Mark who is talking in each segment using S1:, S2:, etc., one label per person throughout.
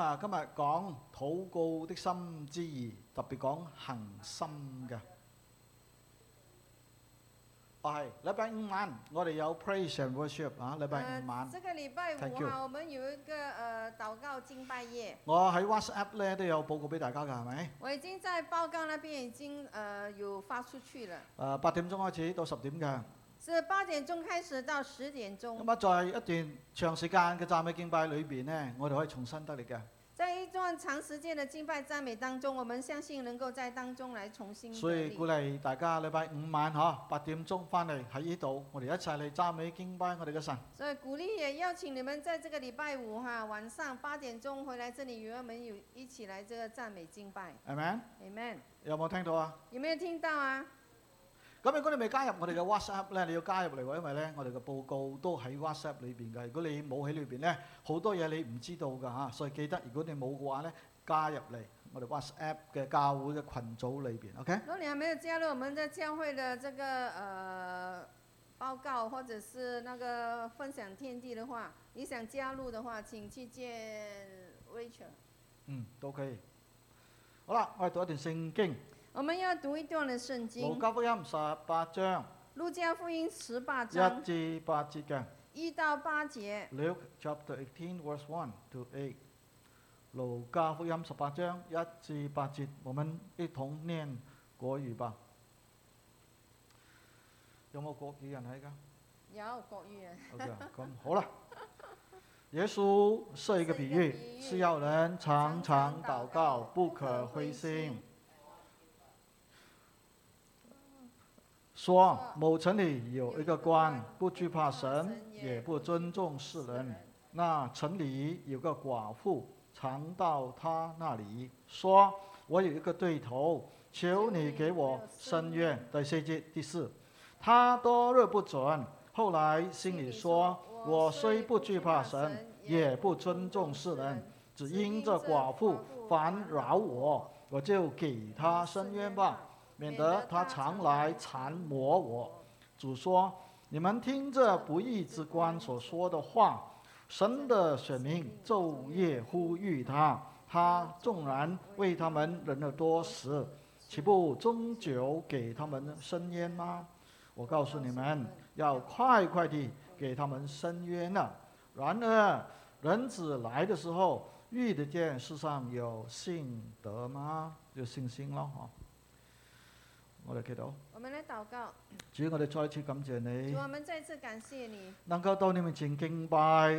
S1: 啊，今日講禱告的心之意，特別講恒心嘅。哦，係禮拜五晚，我哋有 praise and worship 啊，禮拜
S2: 呃
S1: 五晚，
S2: 这个礼拜
S1: Thank
S2: 五
S1: you
S2: 啊，我们有一个呃祷告敬拜夜，
S1: 我喺 WhatsApp 咧都有報告俾大家㗎，係咪？
S2: 我已经在报告那边已經呃有發出去了，
S1: 誒八點鐘開始到十點嘅，
S2: 是八點鐘開始到十點鐘，
S1: 咁啊，在一段長時間嘅讚美敬拜裏邊呢，我哋可以重新得力嘅。
S2: 在一段長時間的敬拜讚美當中，我們相信能夠在當中來重新
S1: 所
S2: 得
S1: 以
S2: 力
S1: 鼓勵大家禮拜五晚嚇八點鐘翻嚟喺呢度，我哋一齊嚟讚美敬拜我哋嘅神。
S2: 所以鼓勵也邀請你們在這個禮拜五哈、晚上八點鐘回來這裡，與我們有一起來這個讚美敬拜
S1: a m
S2: ，Amen。
S1: 有冇聽到啊？
S2: 有沒有聽到啊？
S1: 咁如果你未加入我哋嘅 WhatsApp 咧，你要加入嚟喎，因為咧我哋嘅報告都喺 WhatsApp 裏邊嘅。如果你冇喺裏邊咧，好多嘢你唔知道㗎嚇，所以記得如果你冇嘅話咧，加入嚟我哋 WhatsApp 嘅教會嘅群組裏邊，OK？
S2: 如果你還沒有加入我們的教會的這个呃報告或者是那個分享天地的話，你想加入的話，請去见 Rachel。
S1: 嗯，都 OK。好啦，我哋讀一段聖經，
S2: 我們要讀一段的聖
S1: 路
S2: 經，
S1: 加福音十八章
S2: 路加福音十八章
S1: 一至八節嘅。
S2: 一到八節，
S1: Luke chapter 18 verse 1 to 8. 路加福音十八章一至八節，我們一同念國語吧。有冇國語人喺㗎？
S2: 有國語人。
S1: 好嘅，咁好啦。耶穌設一個比喻，是要人常常禱告，不可灰心。说某城里有一个官，不惧怕神，也不尊重世人。那城里有个寡妇，常到他那里说：“我有一个对头，求你给我伸冤。”第四节第四，他多日不准。后来心里说：“我虽不惧怕神，也不尊重世人，只因这寡妇烦扰我，我就给她伸冤吧。”免得他常来缠磨我。主说：你们听这不义之官所说的话，神的选民昼夜呼吁他，他纵然为他们忍了多时，岂不终究给他们伸冤吗？我告诉你们，要快快地给他们伸冤了。然而，人子来的时候，遇得见世上有信德吗？有信心咯，嗬。我哋祈禱，
S2: 我们来祷告，
S1: 主，我哋再次感謝你
S2: 主，，我们再次感謝你，
S1: 能夠到你面前敬拜，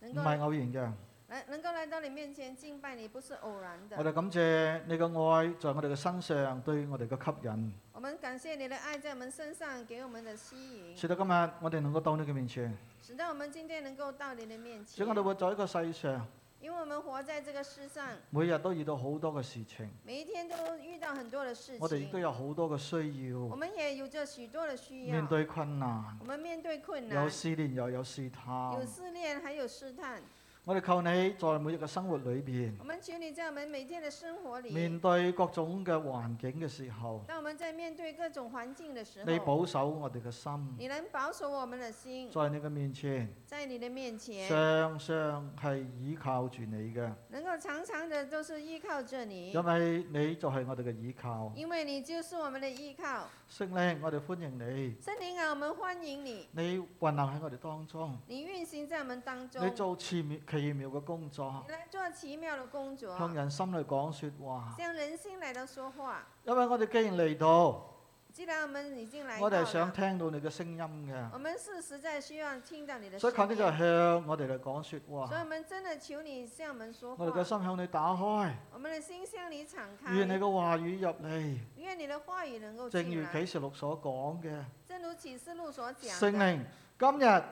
S1: 唔
S2: 能
S1: 係
S2: 夠
S1: 偶然嘅。
S2: 来能夠來到你面前敬拜你，不是偶然
S1: 我
S2: 的。
S1: 哋感謝你嘅愛在我哋嘅身上對我哋嘅吸引，
S2: 我們感謝你的愛在我們身上給我們的吸引，
S1: 使到今日我哋能夠到你嘅面前。
S2: 使到我們今天能夠到你的面
S1: 主，
S2: 前
S1: 我。哋活在一個世上，
S2: 因为我們活在這個世上，
S1: 每日都遇到好多嘅事情，
S2: 每一天都遇到很多的事
S1: 我哋亦都
S2: 情，
S1: 有好多嘅需
S2: 我
S1: 要，
S2: 們也有着許多的需
S1: 面
S2: 要。
S1: 對困難，
S2: 我們面對困難
S1: 有，試煉又有試探
S2: 有。試煉，還有試探。
S1: 我哋求你在每日嘅生活裏邊，
S2: 我們求你在我們每天的生活
S1: 面
S2: 裡，
S1: 對各種嘅環境嘅時候，
S2: 當我們在面對各種環境的時
S1: 你
S2: 候，
S1: 保守我哋嘅心，
S2: 你能保守我們的心，
S1: 在你嘅面前。
S2: 在你的面前，
S1: 常常係倚靠住你嘅，
S2: 能夠常常的都是依靠着你，
S1: 因為你就係我哋嘅倚靠。
S2: 因為你就是我們的依靠。
S1: 聖靈，我哋歡迎你，
S2: 聖靈啊，我們歡迎你，
S1: 你運行喺我哋當中，
S2: 你運行在我們當中，
S1: 你做奇妙奇妙嘅工作
S2: 你，來做啊奇妙的工作，
S1: 向人心裏講说話。
S2: 向人心來的說話。
S1: 因為我哋既然嚟到，
S2: 既然我們已經來到
S1: 我哋係
S2: 了，
S1: 想聽到你嘅聲音嘅，
S2: 我們是實在需要聽到你的
S1: 所以
S2: 聲
S1: 求你
S2: 音，
S1: 就向我哋嚟講说
S2: 所以我
S1: 話。
S2: 們真的求你向我們說話，
S1: 我哋嘅心向你打開，
S2: 我們的心向你敞開，
S1: 願你嘅話語入嚟。
S2: 願你的話語能夠
S1: 正
S2: 進
S1: 如
S2: 來，
S1: 啟示錄所講嘅，
S2: 正如啟示錄所講
S1: 聖
S2: 的，
S1: 靈今日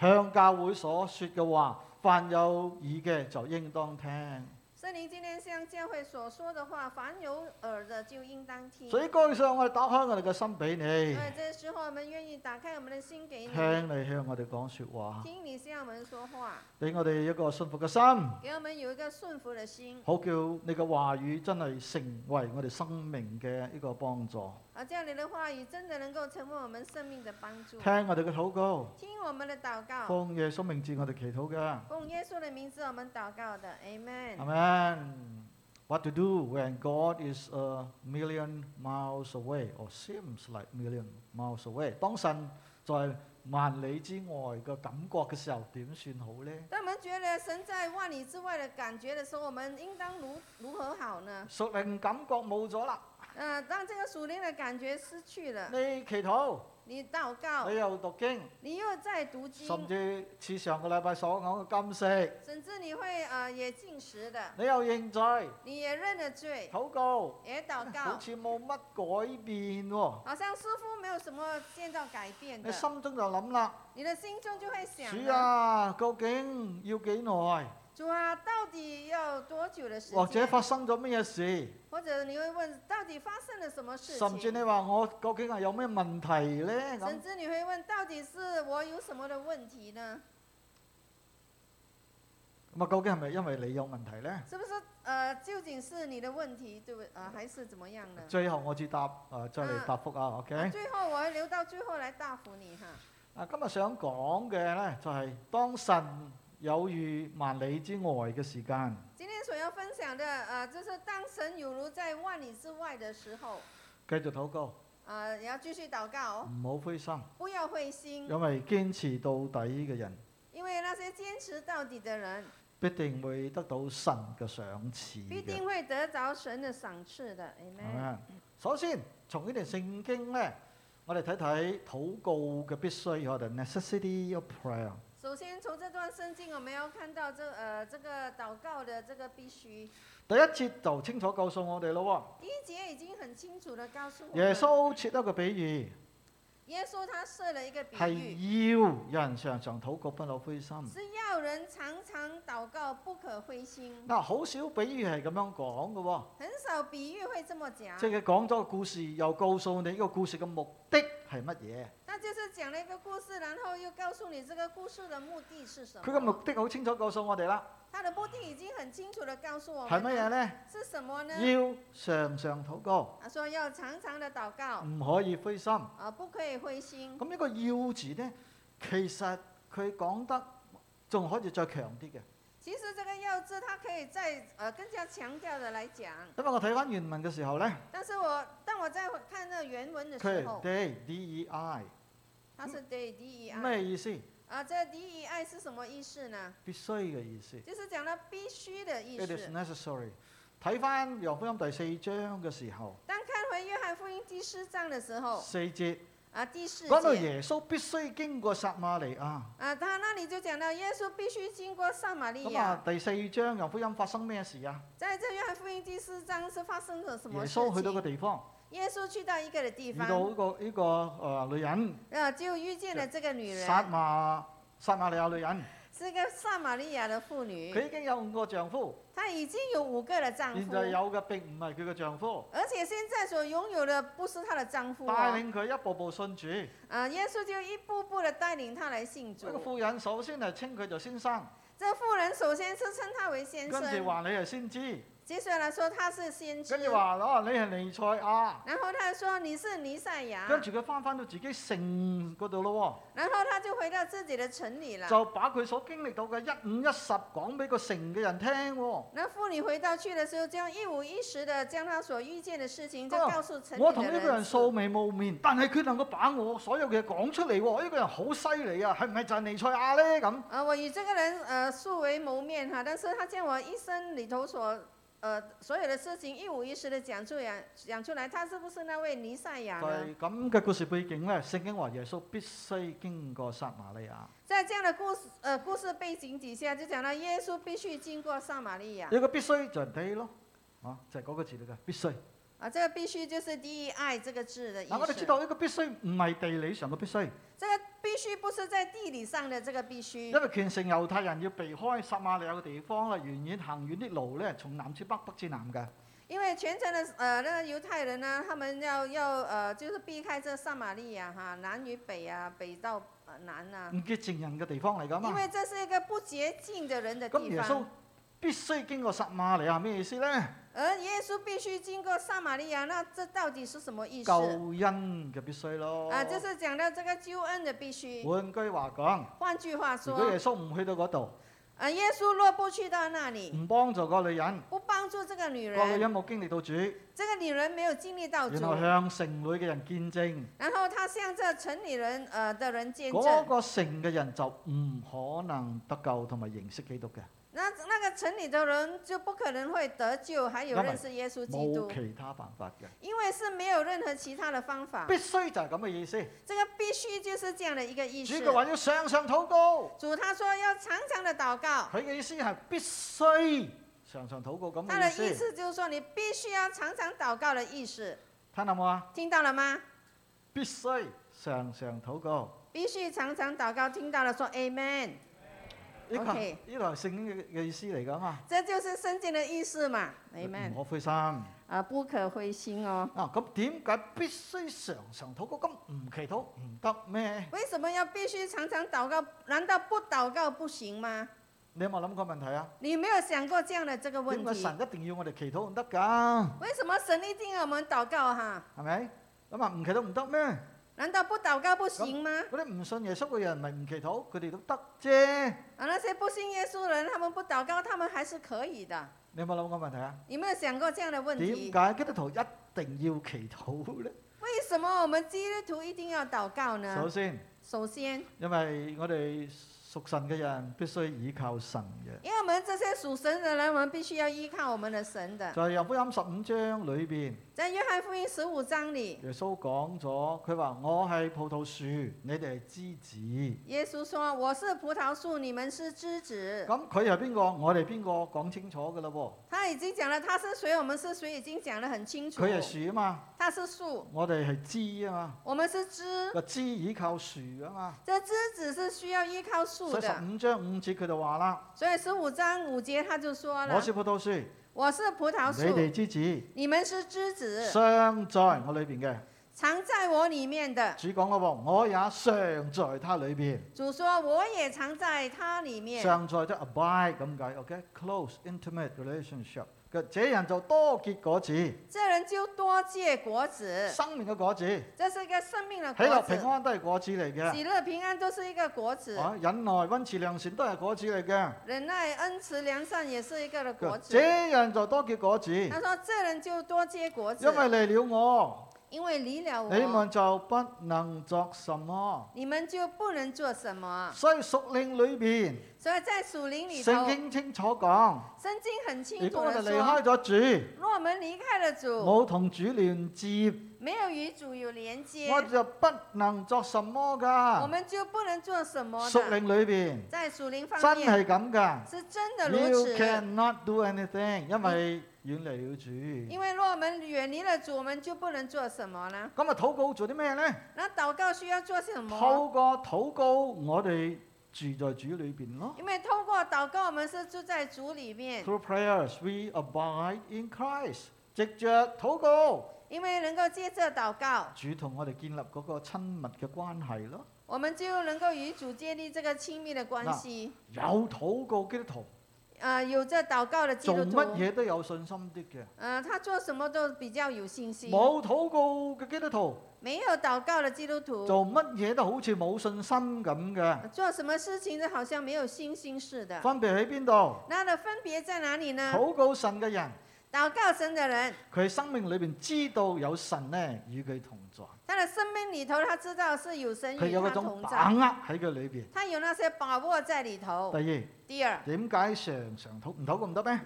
S1: 向教會所說嘅話，凡有耳嘅就應當聽。
S2: 圣灵今天向教会所说的话，凡有耳的就应当听。
S1: 所以嗰陣時候我哋打開我哋嘅心俾你，
S2: 所以这时候我们愿意打开我们的心给你，
S1: 聽你向我哋講说話，
S2: 听你向我们说话，
S1: 俾我哋一個信服嘅心，
S2: 给我们有一个顺服的心，
S1: 好叫你嘅話語真係成為我哋生命嘅一個幫助。
S2: 啊，这样你的话语真的能够成为我们生命的帮助。
S1: 聽我哋嘅禱告，
S2: 听我们的祷告，
S1: 奉耶穌名字我哋祈禱嘅。
S2: 奉耶稣的名字我们祷告的，Amen。
S1: Amen. What to do when God is a million miles away or seems like million miles away？當神在萬里之外嘅感覺嘅時候，點算好呢？
S2: 当我们觉得神在万里之外的感觉的时候，我们应当如如何好呢？
S1: 屬靈感覺冇咗啦，
S2: 呃，当这个属灵的感觉失去了，
S1: 你祈禱，
S2: 你祷告
S1: 你，又讀經，
S2: 你又在读
S1: 甚
S2: 经，
S1: 至似上個禮拜所講嘅禁食，
S2: 甚至你会呃也进食的，
S1: 你又認罪、
S2: 你也认了罪，
S1: 禱告，
S2: 也祷告
S1: 好，似冇乜改變喎。
S2: 好像似乎没有什么见到改变
S1: 你
S2: 的，
S1: 心中就諗啦，
S2: 你的心中就会想
S1: 主
S2: 了，
S1: 啊，究竟要幾耐？
S2: 主啊，到底要多久的时
S1: 或者
S2: 间？
S1: 發生咗乜嘢事，
S2: 或者你会问，到底发生了什么事
S1: 甚至
S2: 情？
S1: 你話我究竟係有咩問題呢？
S2: 甚
S1: 咁
S2: 至你会问，到底是我有什么的问题呢？
S1: 咁啊，究竟係咪因為你有問題呢？
S2: 是不是呃，究竟是你的问题，对不呃，还是怎么样呢？
S1: 最後我至答誒、呃再嚟
S2: 啊
S1: 答覆啊
S2: 啊
S1: ，OK？
S2: 最后我会留到最后来答复你哈。
S1: 啊，今日想講嘅呢，就係、當神有遇萬里之外嘅時間，
S2: 今天所要分享的呃，就是当神有如在万里之外的时候，
S1: 繼續禱告，
S2: 呃，也要继续祷告，哦
S1: 唔好灰心，
S2: 不要灰心，
S1: 因為堅持到底嘅人
S2: 因为那些坚持到底的人，
S1: 必定會得到神嘅賞賜
S2: 必
S1: 嘅。
S2: 定会得着神的赏赐的。Amen。
S1: Amen。首先，從呢段聖經咧，我哋睇睇禱告嘅必須，我哋 necessity of prayer。
S2: 首先从这段圣经，我们要看到这呃这个祷告的这个必须。
S1: 第一節就清楚告訴我哋咯
S2: 第一节已经很清楚的告诉我
S1: 喎。耶
S2: 们，
S1: 穌設一個比喻，
S2: 耶稣他设了一个比喻。
S1: 係要有人常常禱告，不可灰心。
S2: 是要人常常祷告，不可灰心。
S1: 嗱，好少比喻係咁樣講嘅喎，
S2: 很少比喻会这么讲
S1: 即，係佢講咗個故事，又告訴你呢個故事嘅目的係乜嘢。
S2: 那就是讲了一个故事，然后又告诉你这个故事的目的是什
S1: 佢嘅目
S2: 么。
S1: 的好清楚告訴我哋啦，
S2: 他的目的已经很清楚的告诉我
S1: 係
S2: 们
S1: 乜嘢
S2: 了
S1: 呢？
S2: 是什么呢？
S1: 要常常禱告，
S2: 他说要常常的祷告，
S1: 唔可以灰心。
S2: 啊，不可以灰心。
S1: 咁呢個要字呢，其實佢講得仲可以再強啲嘅，
S2: 其实这个要字，它可以再呃更加强调的来讲。
S1: 因為我睇翻原文嘅時候呢，
S2: 但是我当我在看那原文的
S1: 佢
S2: 时
S1: 係
S2: 候，
S1: day D E I
S2: 它是 day d e i
S1: 咩意思？
S2: 啊，这 d e i 是什么意思呢？
S1: 必須嘅意思。
S2: 就是讲了必须的意
S1: It
S2: 思
S1: is。necessary。睇翻《羊福音》第四章嘅時候，
S2: 当看回约翰福音第四章的时候，
S1: 四節
S2: 啊，第哦四
S1: 講到
S2: 节，
S1: 耶穌必須經過撒瑪利亞。
S2: 啊，他那里就讲到耶稣必须经过撒玛利
S1: 咁
S2: 亚
S1: 啊。，第四章《羊福音》發生咩事啊？
S2: 在这约翰福音第四章是发生了什
S1: 耶
S2: 么事
S1: 穌去到個
S2: 情？
S1: 地方，
S2: 耶稣去到一个的地
S1: 遇到
S2: 方，
S1: 呢個呢個誒呃女人，
S2: 啊，就遇见了这个女
S1: 撒
S2: 人，
S1: 瑪撒瑪利亞女人，
S2: 是个撒玛利亚的妇女，
S1: 佢已經有五個丈夫。
S2: 她已经有五个的丈
S1: 現
S2: 夫，
S1: 在有嘅並唔係佢嘅丈夫，
S2: 而且现在所拥有的不是她的丈夫、
S1: 帶
S2: 哦。
S1: 領佢一步步信主。呢
S2: 啊，耶稣就一步步的带领她来信
S1: 個
S2: 主。
S1: 婦人首先係稱佢做先生，
S2: 这妇人首先是称他为先
S1: 跟住
S2: 生，
S1: 話你係先知，
S2: 接下来说他是先啊知
S1: 跟。住話啊你係尼賽亞，
S2: 然后他说你是尼赛亚，
S1: 跟住佢翻返到自己城嗰度咯
S2: 然后他就回到自己的城里
S1: 喎，
S2: 了。
S1: 就把佢所經歷到嘅一五一十講俾個城嘅人聽喎。
S2: 那妇女回到去的时候，将一五一十的将她所遇见的事情就
S1: 哦
S2: 告诉城
S1: 我
S2: 里
S1: 同
S2: 的
S1: 呢個人
S2: 人
S1: 素
S2: 说。
S1: 未謀面，但係佢能夠把我所有嘅嘢講出嚟喎，呢個人好犀利啊，係唔係就係尼賽亞呢？咁？
S2: 呃，我与这个人呃素为谋面哈，但是他将我一生里头所呃所有的事情一五一十的讲出来，讲出来，他是不是那位尼赛亚
S1: 就
S2: 呢？
S1: 係咁嘅故事背景呢，聖經話耶穌必須經過撒瑪利亞。
S2: 在这样的故事呃故事背景底下，就讲到耶稣必须经过撒玛利亚。
S1: 有個必須就係 day 咯，啊，就係、嗰個字嚟嘅必須。
S2: 啊，这个必须就是第一爱这个字的意思。
S1: 嗱，我哋知道呢個必須唔係地理上嘅必須，
S2: 这个必须不是在地理上的这个必须
S1: 因，為虔誠猶太人要避開撒瑪利亞嘅地方啦，遠遠行遠啲路咧，從南至北，北至南嘅。
S2: 因为全城的呃那个犹太人呢，他们要要呃就是避开这撒玛利亚哈，南与北啊，北到呃南啊，
S1: 唔潔淨人嘅地方嚟㗎嘛
S2: 因。为这是一个不洁净的人的
S1: 咁
S2: 地
S1: 耶穌
S2: 方，
S1: 必須經過撒瑪利亞咩意思咧？
S2: 而耶稣必须经过撒玛利亚，那这到底是什么意思？
S1: 救恩嘅必須咯。
S2: 啊，就是讲到这个救恩的必须。
S1: 換句話講，
S2: 换句话
S1: 如果
S2: 说
S1: 耶，穌唔去到嗰度，
S2: 啊，耶稣若不去到那里，
S1: 唔幫助個女人，
S2: 不帮助这个女
S1: 個女
S2: 人，
S1: 人冇經歷到主，
S2: 这个女人没有经历到主
S1: 然，後向城裏嘅人見證，
S2: 然后她向这城里人呃的人见
S1: 嗰
S2: 证，
S1: 個城嘅人就唔可能得救同埋認識基督嘅，
S2: 那那个城里的人就不可能会得救，还有
S1: 因为
S2: 认识耶稣基督
S1: 冇，其他辦法嘅。
S2: 因为是没有任何其他的方法
S1: 必。須就係咁嘅意思。
S2: 这个必须就是这样的一个意
S1: 主
S2: 思。
S1: 嘅話要上上禱告，
S2: 主他说要常常的祷告，
S1: 佢嘅意思係必須上上禱告咁
S2: 他
S1: 嘅
S2: 的
S1: 意思。
S2: 意思就是说你必须要常常祷告的意思，
S1: 聽到冇啊？
S2: 听到了吗？
S1: 必須上上禱告。
S2: 必须常常祷告，听到了说 Amen，
S1: 呢個
S2: OK
S1: 呢個係聖經嘅嘅意思嚟㗎嘛。
S2: 这就是圣经的意思嘛
S1: 唔
S2: ，Amen
S1: 可灰心。啊，
S2: 啊，不可灰心哦。
S1: 咁點解必須常常禱告？咁唔祈禱唔得咩？
S2: 为什么要必须常常祷告？难道不禱告不行吗？
S1: 你有冇諗過問題啊？
S2: 你没有想过这样的这个问
S1: 點解
S2: 题？
S1: 神一定要我哋祈禱唔得㗎？
S2: 为什么神一定要我们祷告哈？
S1: 係咪？咁啊，唔祈禱唔得咩？
S2: 难道不祷告不行吗？
S1: 嗰啲唔信耶穌嘅人咪唔祈禱，佢哋都得啫。
S2: 啊，那些不信耶稣的人，他们不祷告，他们还是可以的。
S1: 你有冇諗過問題啊？
S2: 你没有想过这样的问
S1: 點
S2: 题？
S1: 解基督徒一定要祈禱咧？
S2: 为什么我们基督徒一定要祷告
S1: 首
S2: 呢？
S1: 先，
S2: 首先，
S1: 因為我哋屬神嘅人必須倚靠神嘅。
S2: 因为我们这些属神的人，我们必须要依靠我们的神的。
S1: 就係約福音十五章裏邊，
S2: 在约翰福音十五章里，
S1: 耶穌講咗，佢話：我係葡萄樹，你哋係枝子。
S2: 耶稣说：“我是葡萄树，你们是枝子。”
S1: 咁佢係邊個？我哋邊個講清楚㗎啦喎？
S2: 他已经讲了他是谁，我们是谁，已经讲得很清楚。
S1: 佢係樹啊嘛，
S2: 他是树，
S1: 我哋係枝啊嘛，
S2: 我们是 枝，
S1: 個枝倚靠樹啊嘛。
S2: 这枝子是需要依靠树
S1: 所以十
S2: 的。
S1: 五章五節佢就話啦：
S2: 所以十五章五节他就说
S1: 我
S2: 了
S1: 是葡萄樹，：“
S2: 我是葡萄
S1: 你哋
S2: 树，
S1: 枝子，
S2: 你们是枝子，
S1: 常在我裏邊嘅。
S2: 藏在我里面的。
S1: 主講啦喎，我也常在他裏邊。”
S2: 主说：“我也藏在它里面。
S1: 常在即 abide 咁解，OK？Close、intimate relationship 嘅，這人就多結果子，”
S2: 这人就多结果子，
S1: 生命嘅果子，喜
S2: 这是一个生命的果
S1: 樂平
S2: 子。
S1: 安都係果子嚟嘅，
S2: 喜乐平安都是一个果子，
S1: 啊忍耐温慈良善都係果子嚟嘅。
S2: 忍耐、恩慈、良善也是一个的
S1: 佢
S2: 果子
S1: 這。人就多結果子，因
S2: 他说：“这人就多结果子。”哦
S1: 為離了我，
S2: 因为离了
S1: 你
S2: 我，
S1: 們就不能作什麼。
S2: 你們就不能做什么。
S1: 所以屬靈裏邊，
S2: 所以在属灵里头，
S1: 聖
S2: 圣
S1: 經清楚講，
S2: 经很清
S1: 如
S2: 楚
S1: 果我
S2: 的
S1: 哋離
S2: 说，
S1: 開咗
S2: 若我們離開了
S1: 主，
S2: 主，
S1: 冇同主連接，
S2: 沒有與主有連接，
S1: 我就不能作什麼
S2: 我
S1: 㗎。
S2: 們就不能做什么
S1: 屬
S2: 的。
S1: 靈裏邊。
S2: 在属灵方
S1: 真
S2: 面
S1: 係咁噶
S2: 是真的如
S1: ，You
S2: 此，
S1: cannot do anything，因為遠離了主。
S2: 因為若我們遠離了主，我們就不能做什么了。
S1: 咁啊，禱告做啲咩呢？
S2: 那祷告需要做什么？
S1: 透過禱告，我哋住在主裏邊咯。
S2: 因为透过祷告，我们是住在主里面，
S1: Through prayers, we abide in Christ。藉着禱告，
S2: 因为能够借着祷告，
S1: 主同我哋建立嗰個親密嘅關係咯。
S2: 我们就能够与主建立这个亲密的关
S1: 那
S2: 系。
S1: 有禱告基督徒，
S2: 啊，有着祷告的基
S1: 做
S2: 督
S1: 乜
S2: 徒，
S1: 嘢都有信心啲嘅。
S2: 呃，他做什么都比较有信心。
S1: 冇禱告嘅基督徒，
S2: 没有祷告的基督徒，
S1: 做乜嘢都好似冇信心咁嘅。
S2: 呃做什么事情都好像没有信心似的。
S1: 分別喺邊度？
S2: 那的分别在哪里呢？
S1: 禱告神嘅人。
S2: 祷告神的人，
S1: 佢生命裏邊知道有神咧與佢同在，
S2: 他的生命里头，他知道是有神
S1: 佢
S2: 与
S1: 有
S2: 他
S1: 嗰種
S2: 同
S1: 把
S2: 在，
S1: 握喺佢裏邊。
S2: 他有那些把握在里头。
S1: 第
S2: 第二
S1: 二，，點解常常禱唔禱告唔得咩？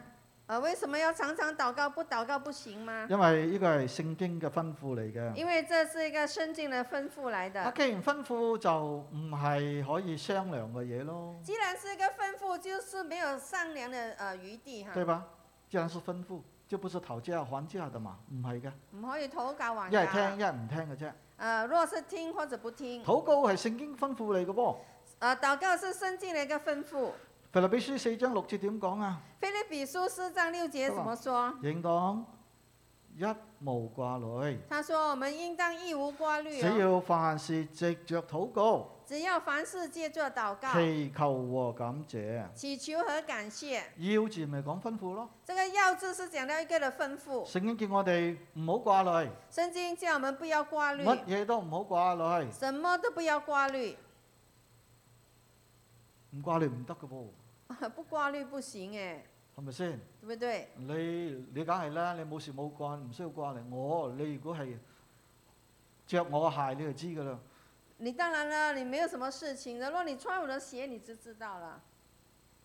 S2: 呃，为什么要常常祷告？不祷告不行吗？
S1: 因為呢個係聖經嘅吩咐嚟嘅。
S2: 因为这是一个圣经的吩咐来
S1: 啊，
S2: 的。
S1: 既然吩咐就唔係可以商量嘅嘢咯，
S2: 既然是一个吩咐，就是没有商量的呃余地哈。
S1: 對吧？既然是吩咐，就不是討價還價的嘛，唔係嘅，
S2: 唔可以討價還
S1: 一係聽
S2: 價。
S1: 一係唔聽嘅啫。
S2: 呃，若是听或者不听，
S1: 禱告係聖經吩咐你嘅噃，
S2: 呃，祷告是圣经的一个吩咐。
S1: 腓立比書四章六節點講啊？
S2: 菲利比书四章六节怎么说？
S1: 應當一無掛慮，
S2: 他说：“我们应当一无挂虑、
S1: 只
S2: 哦，
S1: 要凡事藉着禱告、
S2: 只要凡事借着祷告、
S1: 祈求和感謝。
S2: 祈求和感谢。
S1: 要字咪講吩咐咯。”
S2: 这个“要”字是讲到一个的吩咐。
S1: 聖經叫我哋唔好掛慮，
S2: 圣经叫我们不要挂虑，
S1: 乜嘢都唔好掛慮，
S2: 什么都不要挂虑，
S1: 唔掛慮唔得嘅噃，
S2: 不挂虑不行哎，
S1: 係咪先？
S2: 对不对？
S1: 你你梗係啦，你冇事冇慣，唔需要掛慮我。你如果係着我嘅鞋，你就知㗎啦。
S2: 你当然了，你没有什么事情的。若你穿我的鞋，你就知道了，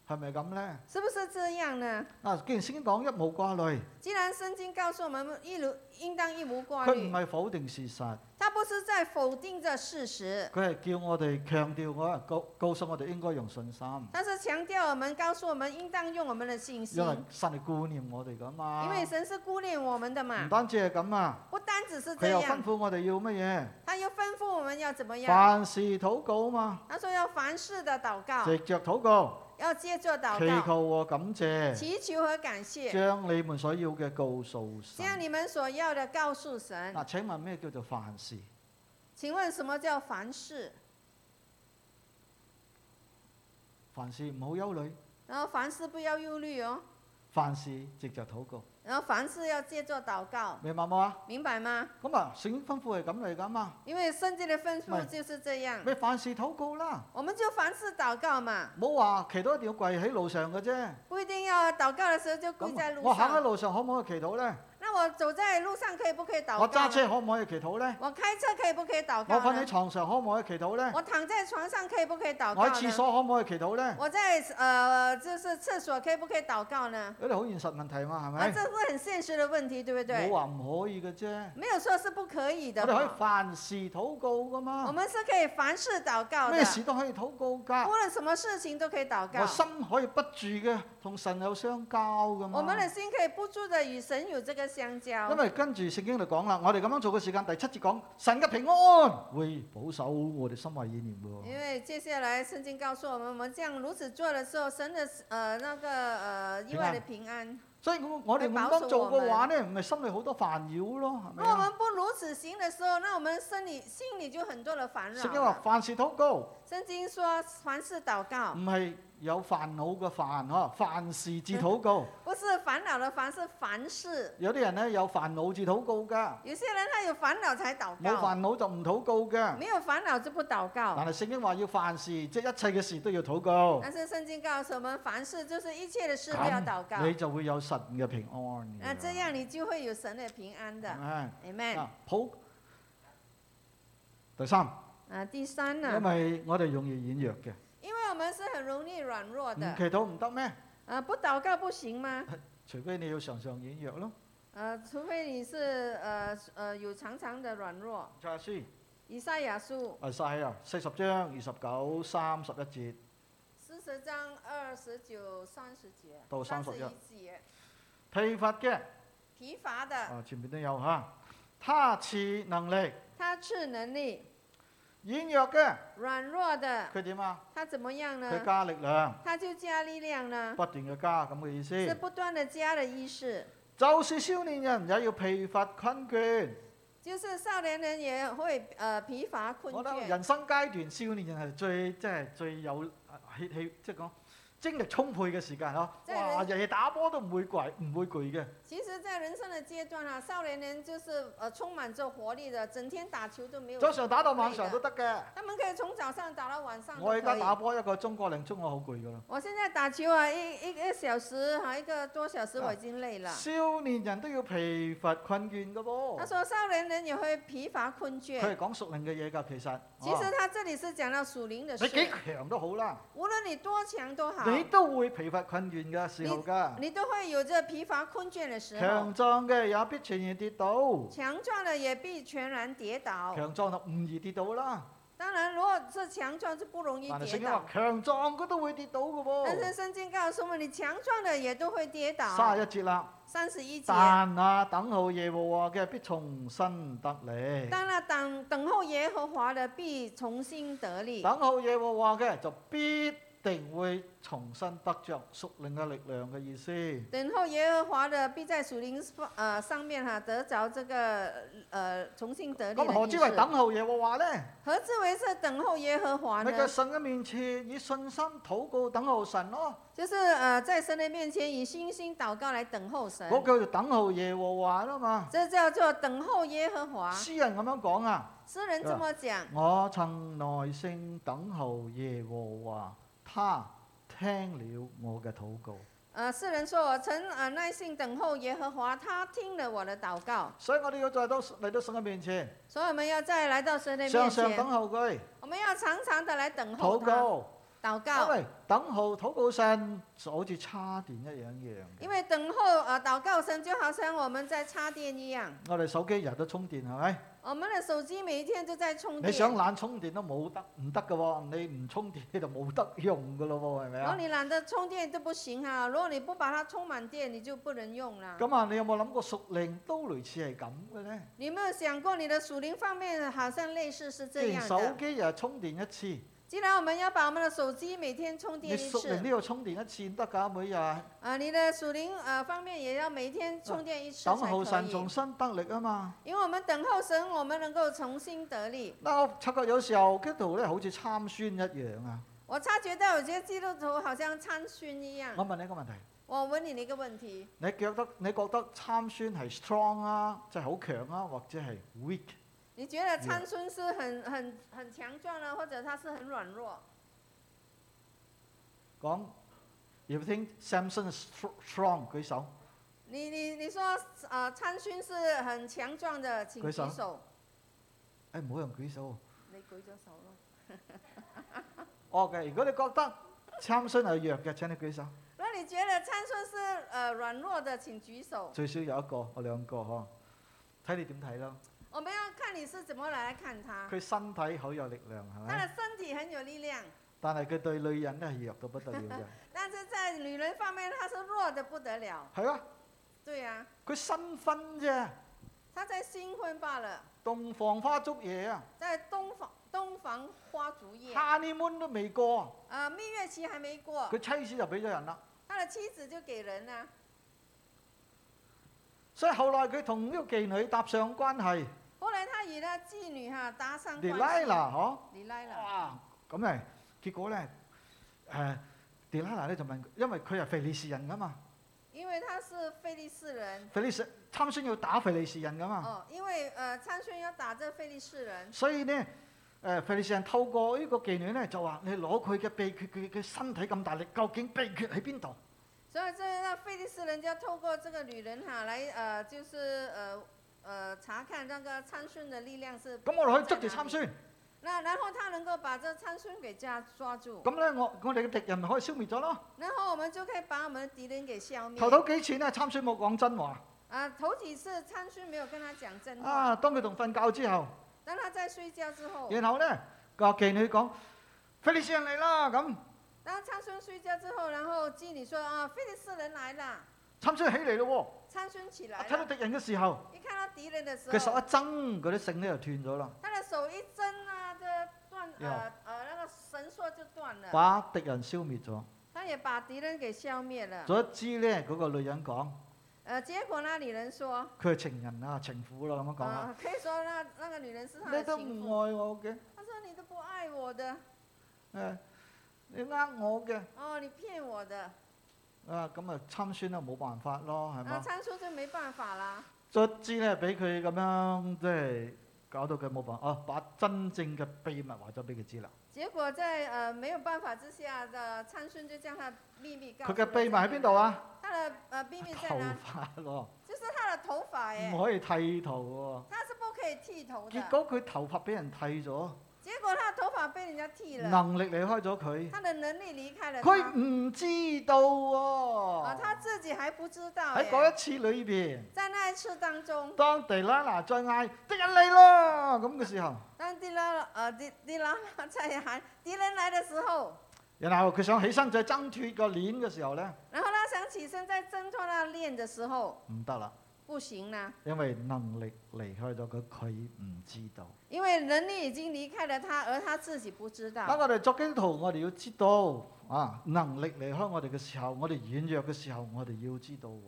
S1: 係咪咁呢？
S2: 是不是这样呢？
S1: 啊，既然聖經講一無掛慮，
S2: 既然圣经告诉我们一如应当一无挂
S1: 佢唔
S2: 虑，
S1: 係否定事實，
S2: 它不是在否定着事实，
S1: 佢係叫我哋強調我告告訴我哋應該用信心，
S2: 它是强调我们，告诉我们应当用我们的信心
S1: 因，為神係顧念我哋㗎嘛
S2: 因。为神是顾念我们的
S1: 唔
S2: 嘛。
S1: 單止係咁啊，
S2: 不单只是
S1: 佢
S2: 这
S1: 又吩
S2: 样，
S1: 咐我哋要乜
S2: 他又吩咐我们要怎么
S1: 嘢？
S2: 样？
S1: 凡事禱告嘛。
S2: 他说要凡事的祷告，
S1: 藉着禱告、
S2: 要接着祷
S1: 祈
S2: 告，
S1: 求和感謝，
S2: 祈求和感谢，
S1: 將你們所要嘅告訴
S2: 将
S1: 神。
S2: 你们所要的告诉神。
S1: 嗱，請問咩叫做凡事？
S2: 请问什么叫凡事？
S1: 凡事唔好憂慮，
S2: 然后凡事不要忧虑哦，
S1: 凡事藉着禱告，
S2: 然后凡事要借着祷告，
S1: 明白冇啊？
S2: 明白吗？
S1: 咁啊，聖經吩咐係咁嚟噶嘛？
S2: 因为圣经的吩
S1: 明白
S2: 咐就是这样，
S1: 咪凡事禱告啦，
S2: 我们就凡事祷告嘛，
S1: 冇話祈禱一定要跪喺路上嘅啫。
S2: 不一定要祷告的时候就跪在
S1: 咁
S2: 路
S1: 我行喺
S2: 上。
S1: 路上可唔可以祈禱呢？
S2: 那我走在路上可以不可以祷
S1: 我
S2: 告
S1: 揸
S2: 呢？
S1: 車可唔可以祈禱呢？
S2: 我开车可以不可以祷
S1: 我
S2: 告
S1: 瞓喺
S2: 呢？
S1: 床上可唔可以祈禱呢？
S2: 我躺在床上可以不可以祷告
S1: 哎我喺廁
S2: 呢？
S1: 所可唔可以祈禱呢？
S2: 我在呃，就是厕所可以不可以祷告呢？
S1: 嗰啲好現實問題嘛，係
S2: 啊，
S1: 咪？
S2: 这是很现实的问题，对不
S1: 冇
S2: 对？
S1: 話唔可以嘅啫。
S2: 没有说是不可以的
S1: 我哋可以
S2: 嘛，
S1: 凡事禱告噶嘛
S2: 我。们是可以凡事祷告的
S1: 咩，事都可以禱告
S2: 无
S1: 㗎，
S2: 论什么事情都可以祷告
S1: 我。心可以不住嘅同神有相交㗎
S2: 我
S1: 嘛
S2: 们。的心可以不住的与神有这个相交
S1: 因，為跟住聖經就講啦，我哋咁樣做嘅時間，第七節講神嘅平安會保守我哋心懷意念
S2: 因
S1: 㗎喎。
S2: 为接下来圣经告诉我们，我们这样如此做的时候，神的呃那个呃意外的平安。
S1: 所以我我哋咁樣做嘅話呢，唔係心裏好多煩擾咯，係咪
S2: 如果我
S1: 啊？
S2: 们不如此行的时候，那我们心里心里就很多的烦
S1: 聖經話
S2: 恼。
S1: 凡事禱告，唔
S2: 圣经说凡事祷告，
S1: 係有煩惱嘅煩嗬，凡事至禱告。
S2: 不是烦恼的凡，是凡事。
S1: 有啲人呢，有煩惱至禱告㗎，
S2: 有些人他有烦恼才祷
S1: 冇
S2: 告，
S1: 煩惱就唔禱告㗎。
S2: 没有烦恼就不祷告
S1: 但。係聖經話要凡事，即係一切嘅事都要禱告。
S2: 但是圣经告诉我们，凡事就是一切的事都要祷
S1: 咁
S2: 告
S1: 你。就會有神嘅平安嘅。
S2: 那这樣你就會有神的平安的。
S1: 啊
S2: Amen。
S1: 好。第三，
S2: 啊，第三
S1: 因
S2: 呢，
S1: 為我哋容易軟弱嘅，
S2: 因為我們是很容易軟弱
S1: 唔
S2: 的，
S1: 祈禱唔得咩？
S2: 啊，不禱告不行嗎？
S1: 除非你要常常軟弱咯。
S2: 呃，除非你是呃呃有常常的軟弱。
S1: 查書
S2: 以赛亚书
S1: 啊，曬啊，四十章二十九、三十一節，
S2: 四十章二十九、三十节
S1: 到、31
S2: 三十一节，
S1: 疲乏嘅
S2: 疲乏的
S1: 啊，前面都有嚇。他賜能力，
S2: 他吃能力，
S1: 軟弱嘅
S2: 軟弱的
S1: 佢點啊？
S2: 他怎么樣
S1: 佢
S2: 呢？
S1: 加力量，
S2: 他就加力量呢，
S1: 不斷嘅加咁嘅意
S2: 是
S1: 思。
S2: 不斷的加的意思。
S1: 就是少年人也要疲乏困倦。
S2: 就是少年人也會呃疲乏困
S1: 我覺得
S2: 倦。
S1: 人生階段少年人係最即係最有呃氣氣，即係講精力充沛嘅時間咯。
S2: 即係
S1: 哇！
S2: 人
S1: 日日打波都唔會攰，唔會攰嘅。
S2: 其实，在人生的阶段啊，少年人就是呃充满着活力的，整天打球都没有。
S1: 早上打到晚上都得嘅。
S2: 他们可以从早上打到晚上都
S1: 我
S2: 可
S1: 而家
S2: 以。
S1: 打波一個鐘個零鐘，我好攰噶啦。
S2: 我现在打球啊，一一一个小时哈、一个多小时，
S1: 啊哦
S2: 我已经累了。
S1: 少年人都要疲乏困倦嘅
S2: 他
S1: 噃。
S2: 说，少年人也会疲乏困倦
S1: 佢。係講屬靈嘅嘢㗎，其實。
S2: 其
S1: 啊
S2: 实他这里是讲到属灵的
S1: 你幾
S2: 事，
S1: 強都好啦，
S2: 无论你多强都好，
S1: 你都會疲乏困倦嘅時候㗎。
S2: 啊你都会有着疲乏困倦的时候。
S1: 強壯嘅也必全然跌倒，
S2: 强壮的也必全然跌倒，
S1: 強壯就唔易跌倒啦。
S2: 当然，如果是强壮就不容易
S1: 但係聖
S2: 跌
S1: 經
S2: 倒
S1: 話。強壯佢都會跌倒嘅
S2: 但
S1: 噃
S2: 是。圣经告诉我们，你强壮的也都会跌
S1: 三十
S2: 倒。
S1: 一節啦，
S2: 三十一节，
S1: 但啊等候耶和華嘅必重新得力，
S2: 当然等等候耶和华的必重新得力。
S1: 等候耶和華嘅就必定會重新得着屬靈嘅力量嘅意思。
S2: 等候耶和华的必在属灵呃上面哈、得着这个呃重新得力
S1: 咁
S2: 的
S1: 何
S2: 意
S1: 之
S2: 思
S1: 為等候耶和華呢？
S2: 何之为是等候耶和华
S1: 咪嘅
S2: 呢？
S1: 神嘅面前以信心禱告等候神咯，
S2: 就是呃在神的面前以信心祷告来等候神，
S1: 嗰叫做等候耶和華啦嘛。
S2: 这叫做等候耶和华。
S1: 詩人咁樣講啊。
S2: 诗人这么讲，
S1: 我曾耐性等候耶和華，他聽了我嘅禱告。
S2: 呃，诗人说：“我曾呃耐心等候耶和华，他听了我的祷告。
S1: 所以我哋要再到嚟到神嘅面前，”
S2: 所以我们要再来到神的
S1: 常
S2: 面
S1: 常等
S2: 前，
S1: 候佢
S2: 我们要常常的来等候
S1: 禱
S2: 他
S1: 告，
S2: 祷
S1: 因
S2: 告，
S1: 為等候禱告神就好似叉電一樣一樣嘅。
S2: 因为等候呃祷告神就好像我们在插电一样，
S1: 我哋手機日日都充電係咪？
S2: 我们的手机每一天都在充
S1: 你想
S2: 电。
S1: 懶充電都冇得，唔得嘅喎。你唔充電你就冇得用嘅咯喎，係咪
S2: 如果
S1: 啊？
S2: 你懒得充电都不行啊！如果你不把它充满电，你就不能用了。
S1: 咁啊，你有冇諗過屬靈都類似係咁嘅呢？
S2: 你有没有想过你的属灵方面好像类似是
S1: 既
S2: 这
S1: 然
S2: 样
S1: 手
S2: 的？
S1: 機日日充電一次，
S2: 既然我们要把我们的手机每天充
S1: 你
S2: 电一
S1: 屬
S2: 次
S1: 靈，都要充電一次得㗎，每日。
S2: 啊，你的属灵呃方面也要每天充电一次才
S1: 等候
S2: 可
S1: 神重
S2: 以，
S1: 新得力啊嘛！
S2: 因为我们等候神，我们能够重新得力。
S1: 嗱，我察覺有時候基督徒咧好似參孫一樣啊！
S2: 我察觉到有些基督徒好像参孙一样
S1: 我。問你一個問題：
S2: 我問你一個問題，
S1: 你覺得你覺得參孫係 strong 啊，即係好強啊，或者係 weak？
S2: 你觉得参孙是很
S1: 嗯
S2: 很很强壮呢，或者他是很软弱？
S1: 講 you think Samson is str- strong？舉手，
S2: 你你你说呃参孙是很强壮的，请
S1: 舉
S2: 举
S1: 手
S2: 手。
S1: 誒冇人舉手喎。
S2: 你舉咗手咯。
S1: 哦嘅，如果你覺得參孫係弱嘅，請你舉手。
S2: 如果你觉得参孙是呃软弱的，请举手。
S1: 最少有一個或兩個嗬，睇你點睇咯。
S2: 我们要看你是怎么来看他。
S1: 佢身體好有力量係
S2: 他
S1: 咪？
S2: 的身体很有力量。
S1: 但係佢對女人咧係弱到不得了嘅。
S2: 但是在女人方面，她是弱的不得了。
S1: 係啊，
S2: 对呀、
S1: 佢新婚啫。
S2: 她在新婚罢了，
S1: 洞房花燭夜啊
S2: 在东房东房花烛夜，
S1: ，honeymoon 都未過，
S2: 啊，蜜月期还没过，
S1: 佢妻子就俾咗人啦。
S2: 他的妻子就给人啊了。
S1: 所以後來佢同呢個妓女搭上關係，
S2: 后来他与那妓女哈、搭上
S1: 迪
S2: 关
S1: 拉
S2: 系，
S1: 娜嗬，
S2: 李拉了。
S1: 哇，咁嚟，結果咧，誒，迪拉娜咧就問佢，因為佢係腓利士人噶嘛，
S2: 因为他是菲利士人，
S1: 腓利士參孫要打腓利士人噶嘛，
S2: 哦，因为呃参孙要打这菲利士人，
S1: 所以咧。誒腓利士人透過呢個妓女咧，就話你攞佢嘅秘訣，佢佢身體咁大力，究竟秘訣喺邊度？
S2: 所以这那菲利士人就要透过这个女人哈、来呃就是呃呃查看那个参孙的力量是。
S1: 咁我哋可以捉住參孫，
S2: 那然后他能够把这参孙给抓抓住，
S1: 咁咧我我哋嘅敵人咪可以消滅咗咯。
S2: 然后我们就可以把我们的敌人给消灭。
S1: 頭頭幾次咧，參孫冇講真話。
S2: 啊，头几次参孙没有跟他讲真话，
S1: 啊，當佢同瞓覺之後，
S2: 当他在睡觉之后，
S1: 然後咧個妓女講：菲利士人嚟啦！咁
S2: 当参孙睡觉之后，然后妓女说啊，菲利斯人来了，
S1: 參孫起嚟咯
S2: 参孙起
S1: 喎！
S2: 来
S1: 睇到
S2: 了。
S1: 敵人嘅時候，
S2: 一看到敌人的时
S1: 佢手一
S2: 候，
S1: 掙，嗰啲繩咧就斷咗啦，
S2: 他的手一伸啊，这断
S1: 呀
S2: 呃呃那个绳索就断了，
S1: 把敵人消滅咗。
S2: 他也把敌人给消灭了。
S1: 咗一知咧，嗰、個女人講：
S2: 呃，结果那女人说，
S1: 佢係情人啊，情婦啦，咁樣講啊。
S2: 啊，可以说那那个女人是他
S1: 你
S2: 的
S1: 都
S2: 情
S1: 唔
S2: 妇，
S1: 愛我嘅，誒、
S2: 她说你都不爱我的。
S1: 你呃我嘅，
S2: 哦，你骗我的，
S1: 啊咁啊參孫啊冇辦法咯，係
S2: 那
S1: 嘛？
S2: 啊参孙就没办法啦。
S1: 卒之咧，俾佢咁樣即係搞到佢冇辦法，啊把真正嘅秘密話咗俾佢知啦。
S2: 结果在呃没有办法之下的参孙就将他秘密告诉
S1: 佢嘅
S2: 了
S1: 秘密
S2: 这
S1: 喺
S2: 个
S1: 邊
S2: 人
S1: 度？啊？
S2: 他的呃秘密在
S1: 頭
S2: 哪？
S1: 髮咯，
S2: 就是他的头发耶
S1: 唔，可以剃頭
S2: 他是不可以剃头
S1: 喎。
S2: 的
S1: 結。果佢頭髮俾人剃咗，
S2: 结果他的头发被人家剃了，
S1: 能力離開咗佢，
S2: 他的能力离开了
S1: 佢
S2: 他，
S1: 唔知道
S2: 啊，他
S1: 喎。
S2: 自己还不知道
S1: 喺
S2: 耶。
S1: 嗰一次裏邊，
S2: 在那一次当中，
S1: 當地拉娜再嗌敵人嚟啦咁嘅時候，
S2: 那當敵拉呃敵敵拉拉在喊敵人來的時候，
S1: 然後佢想起身再掙脱個鏈嘅時候咧，
S2: 然後他想起身在掙脫那鏈的時候，
S1: 唔得啦，
S2: 不行啦，
S1: 因為能力離開咗佢，佢唔知道。
S2: 因為能力已經離開了他，而他自己不知
S1: 等
S2: 道。
S1: 我哋作基督徒，我哋要知道啊，能力離開我哋嘅時候，我哋軟弱嘅時候，我哋要知道喎。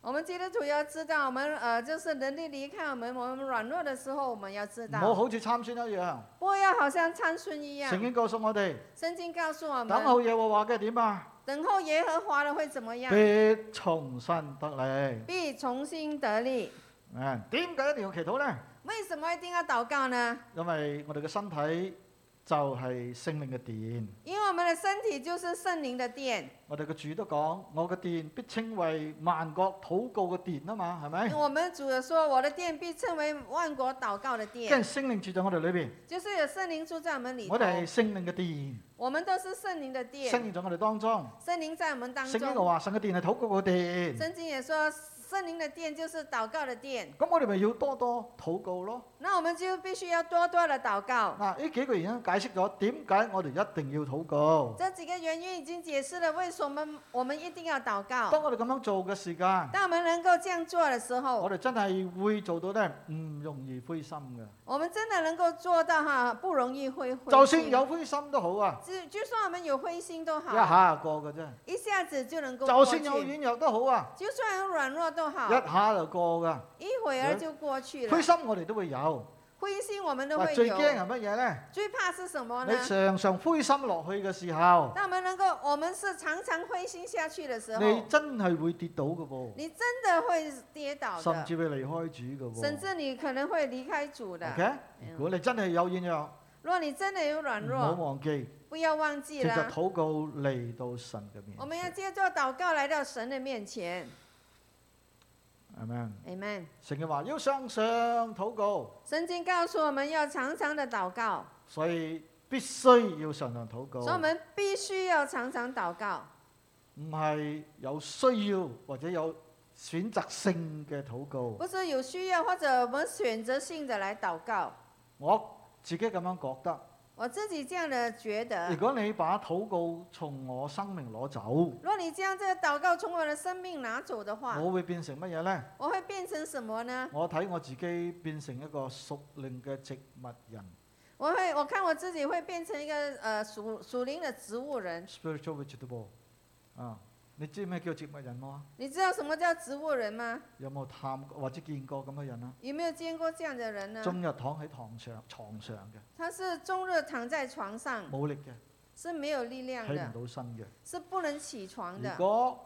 S2: 我們基督徒要知道，我們呃就是能力離開我們，我們軟弱的時候，我們要知
S1: 唔好
S2: 道，啊
S1: 好似參孫一樣。
S2: 不要好像參孫一
S1: 聖
S2: 樣。
S1: 經告訴我哋，
S2: 聖經告訴我
S1: 等
S2: 們，
S1: 候耶和華嘅點啊，
S2: 等候耶和華的會怎麼樣？
S1: 必重新得力。
S2: 必重新得力。
S1: 啊，點解一定要祈禱呢？
S2: 為什麼一定要禱告呢？
S1: 因為我哋嘅身體就係聖靈嘅殿。
S2: 因為我們的身體就是聖靈的殿。
S1: 我哋嘅主都講，我嘅殿必稱為萬國禱告嘅殿啊嘛，係咪？
S2: 我們主說：“我的殿必稱為萬國禱告的
S1: 跟
S2: 殿。
S1: 住聖靈住在我哋裏邊，”
S2: 就是有圣灵住在我们里头
S1: 我，哋係聖靈嘅殿，
S2: 我們都是圣灵的殿，
S1: 聖靈在我哋當中。
S2: 圣灵在我們當
S1: 聖經又
S2: 中。
S1: 話：神嘅殿係禱告嘅殿。
S2: 圣經也說，圣灵的殿就是禱告的殿。
S1: 咁我哋咪要多多禱告咯。
S2: 那我們就必須要多多的禱告。
S1: 嗱，呢幾個原因解釋咗點解我哋一定要禱告。
S2: 這幾個原因已經解釋了為什麼我們一定要禱告。
S1: 當我哋咁樣做嘅時間，
S2: 當我們能夠這樣做的時候
S1: 我，哋真係會做到咧，唔容易灰心嘅。
S2: 我們真的能夠做到哈，不容易灰灰
S1: 就算
S2: 心。
S1: 有灰心都好啊，
S2: 就就算我們有灰心都
S1: 一
S2: 好，
S1: 下過嘅啫。
S2: 一下子就能夠
S1: 就
S2: 過去。
S1: 算有軟弱都好啊，
S2: 就算有軟弱都好，
S1: 一下就過噶。
S2: 一會
S1: 嗯
S2: 兒就過去了
S1: 灰。心我哋都會有，
S2: 灰心我們都
S1: 但係
S2: 會
S1: 啊最
S2: 有，
S1: 驚係乜嘢咧？
S2: 最怕是什麼呢
S1: 你？常常灰心落去嘅時候，
S2: 當我們能夠，我們是常常灰心下去的時
S1: 你
S2: 候，
S1: 真係會跌倒嘅噃，
S2: 你真的會跌倒
S1: 甚
S2: 的，
S1: 至會離開主嘅
S2: 甚
S1: 噃。
S2: 至你可能會離開主的。
S1: OK，如果你真係有軟弱，
S2: 如果你真的有軟
S1: 唔好
S2: 弱，
S1: 忘記，
S2: 不要忘
S1: 其
S2: 記
S1: 實
S2: 了，
S1: 禱告嚟到神嘅面
S2: 我們要
S1: 前，
S2: 借助禱告來到神的面前。
S1: 係咪？
S2: Amen。
S1: 聖經話要常常禱告，
S2: 聖經告訴我們要常常的禱告，
S1: 所以必須要常常禱告
S2: 所以，我們必須要常常禱告，
S1: 唔係有需要或者有選擇性嘅禱告。
S2: 不是有需要或者我們選擇性的來禱告。
S1: 我自己咁樣覺得，
S2: 我自己這樣的覺得
S1: 如，果你把禱告從我生命攞走，
S2: 如果你將這個禱告從我的生命拿走的話，
S1: 我會變成乜嘢呢？
S2: 我會變成什麼呢？
S1: 我睇我自己變成一個屬靈嘅植物人
S2: 我會，我看我自己會變成一個呃屬屬灵的植物人。
S1: （spiritual vegetable）。啊，你知咩叫植物人冇啊？
S2: 你知道什麼叫植物人嗎？
S1: 有冇探過或者見過咁嘅人啊？
S2: 有沒有見過這樣的人呢？
S1: 終日躺喺床上，床上嘅
S2: 他是終日躺在床上，
S1: 冇力嘅，
S2: 是沒有力量
S1: 睇
S2: 的，
S1: 唔到身嘅。
S2: 是不能起床
S1: 如
S2: 的。
S1: 果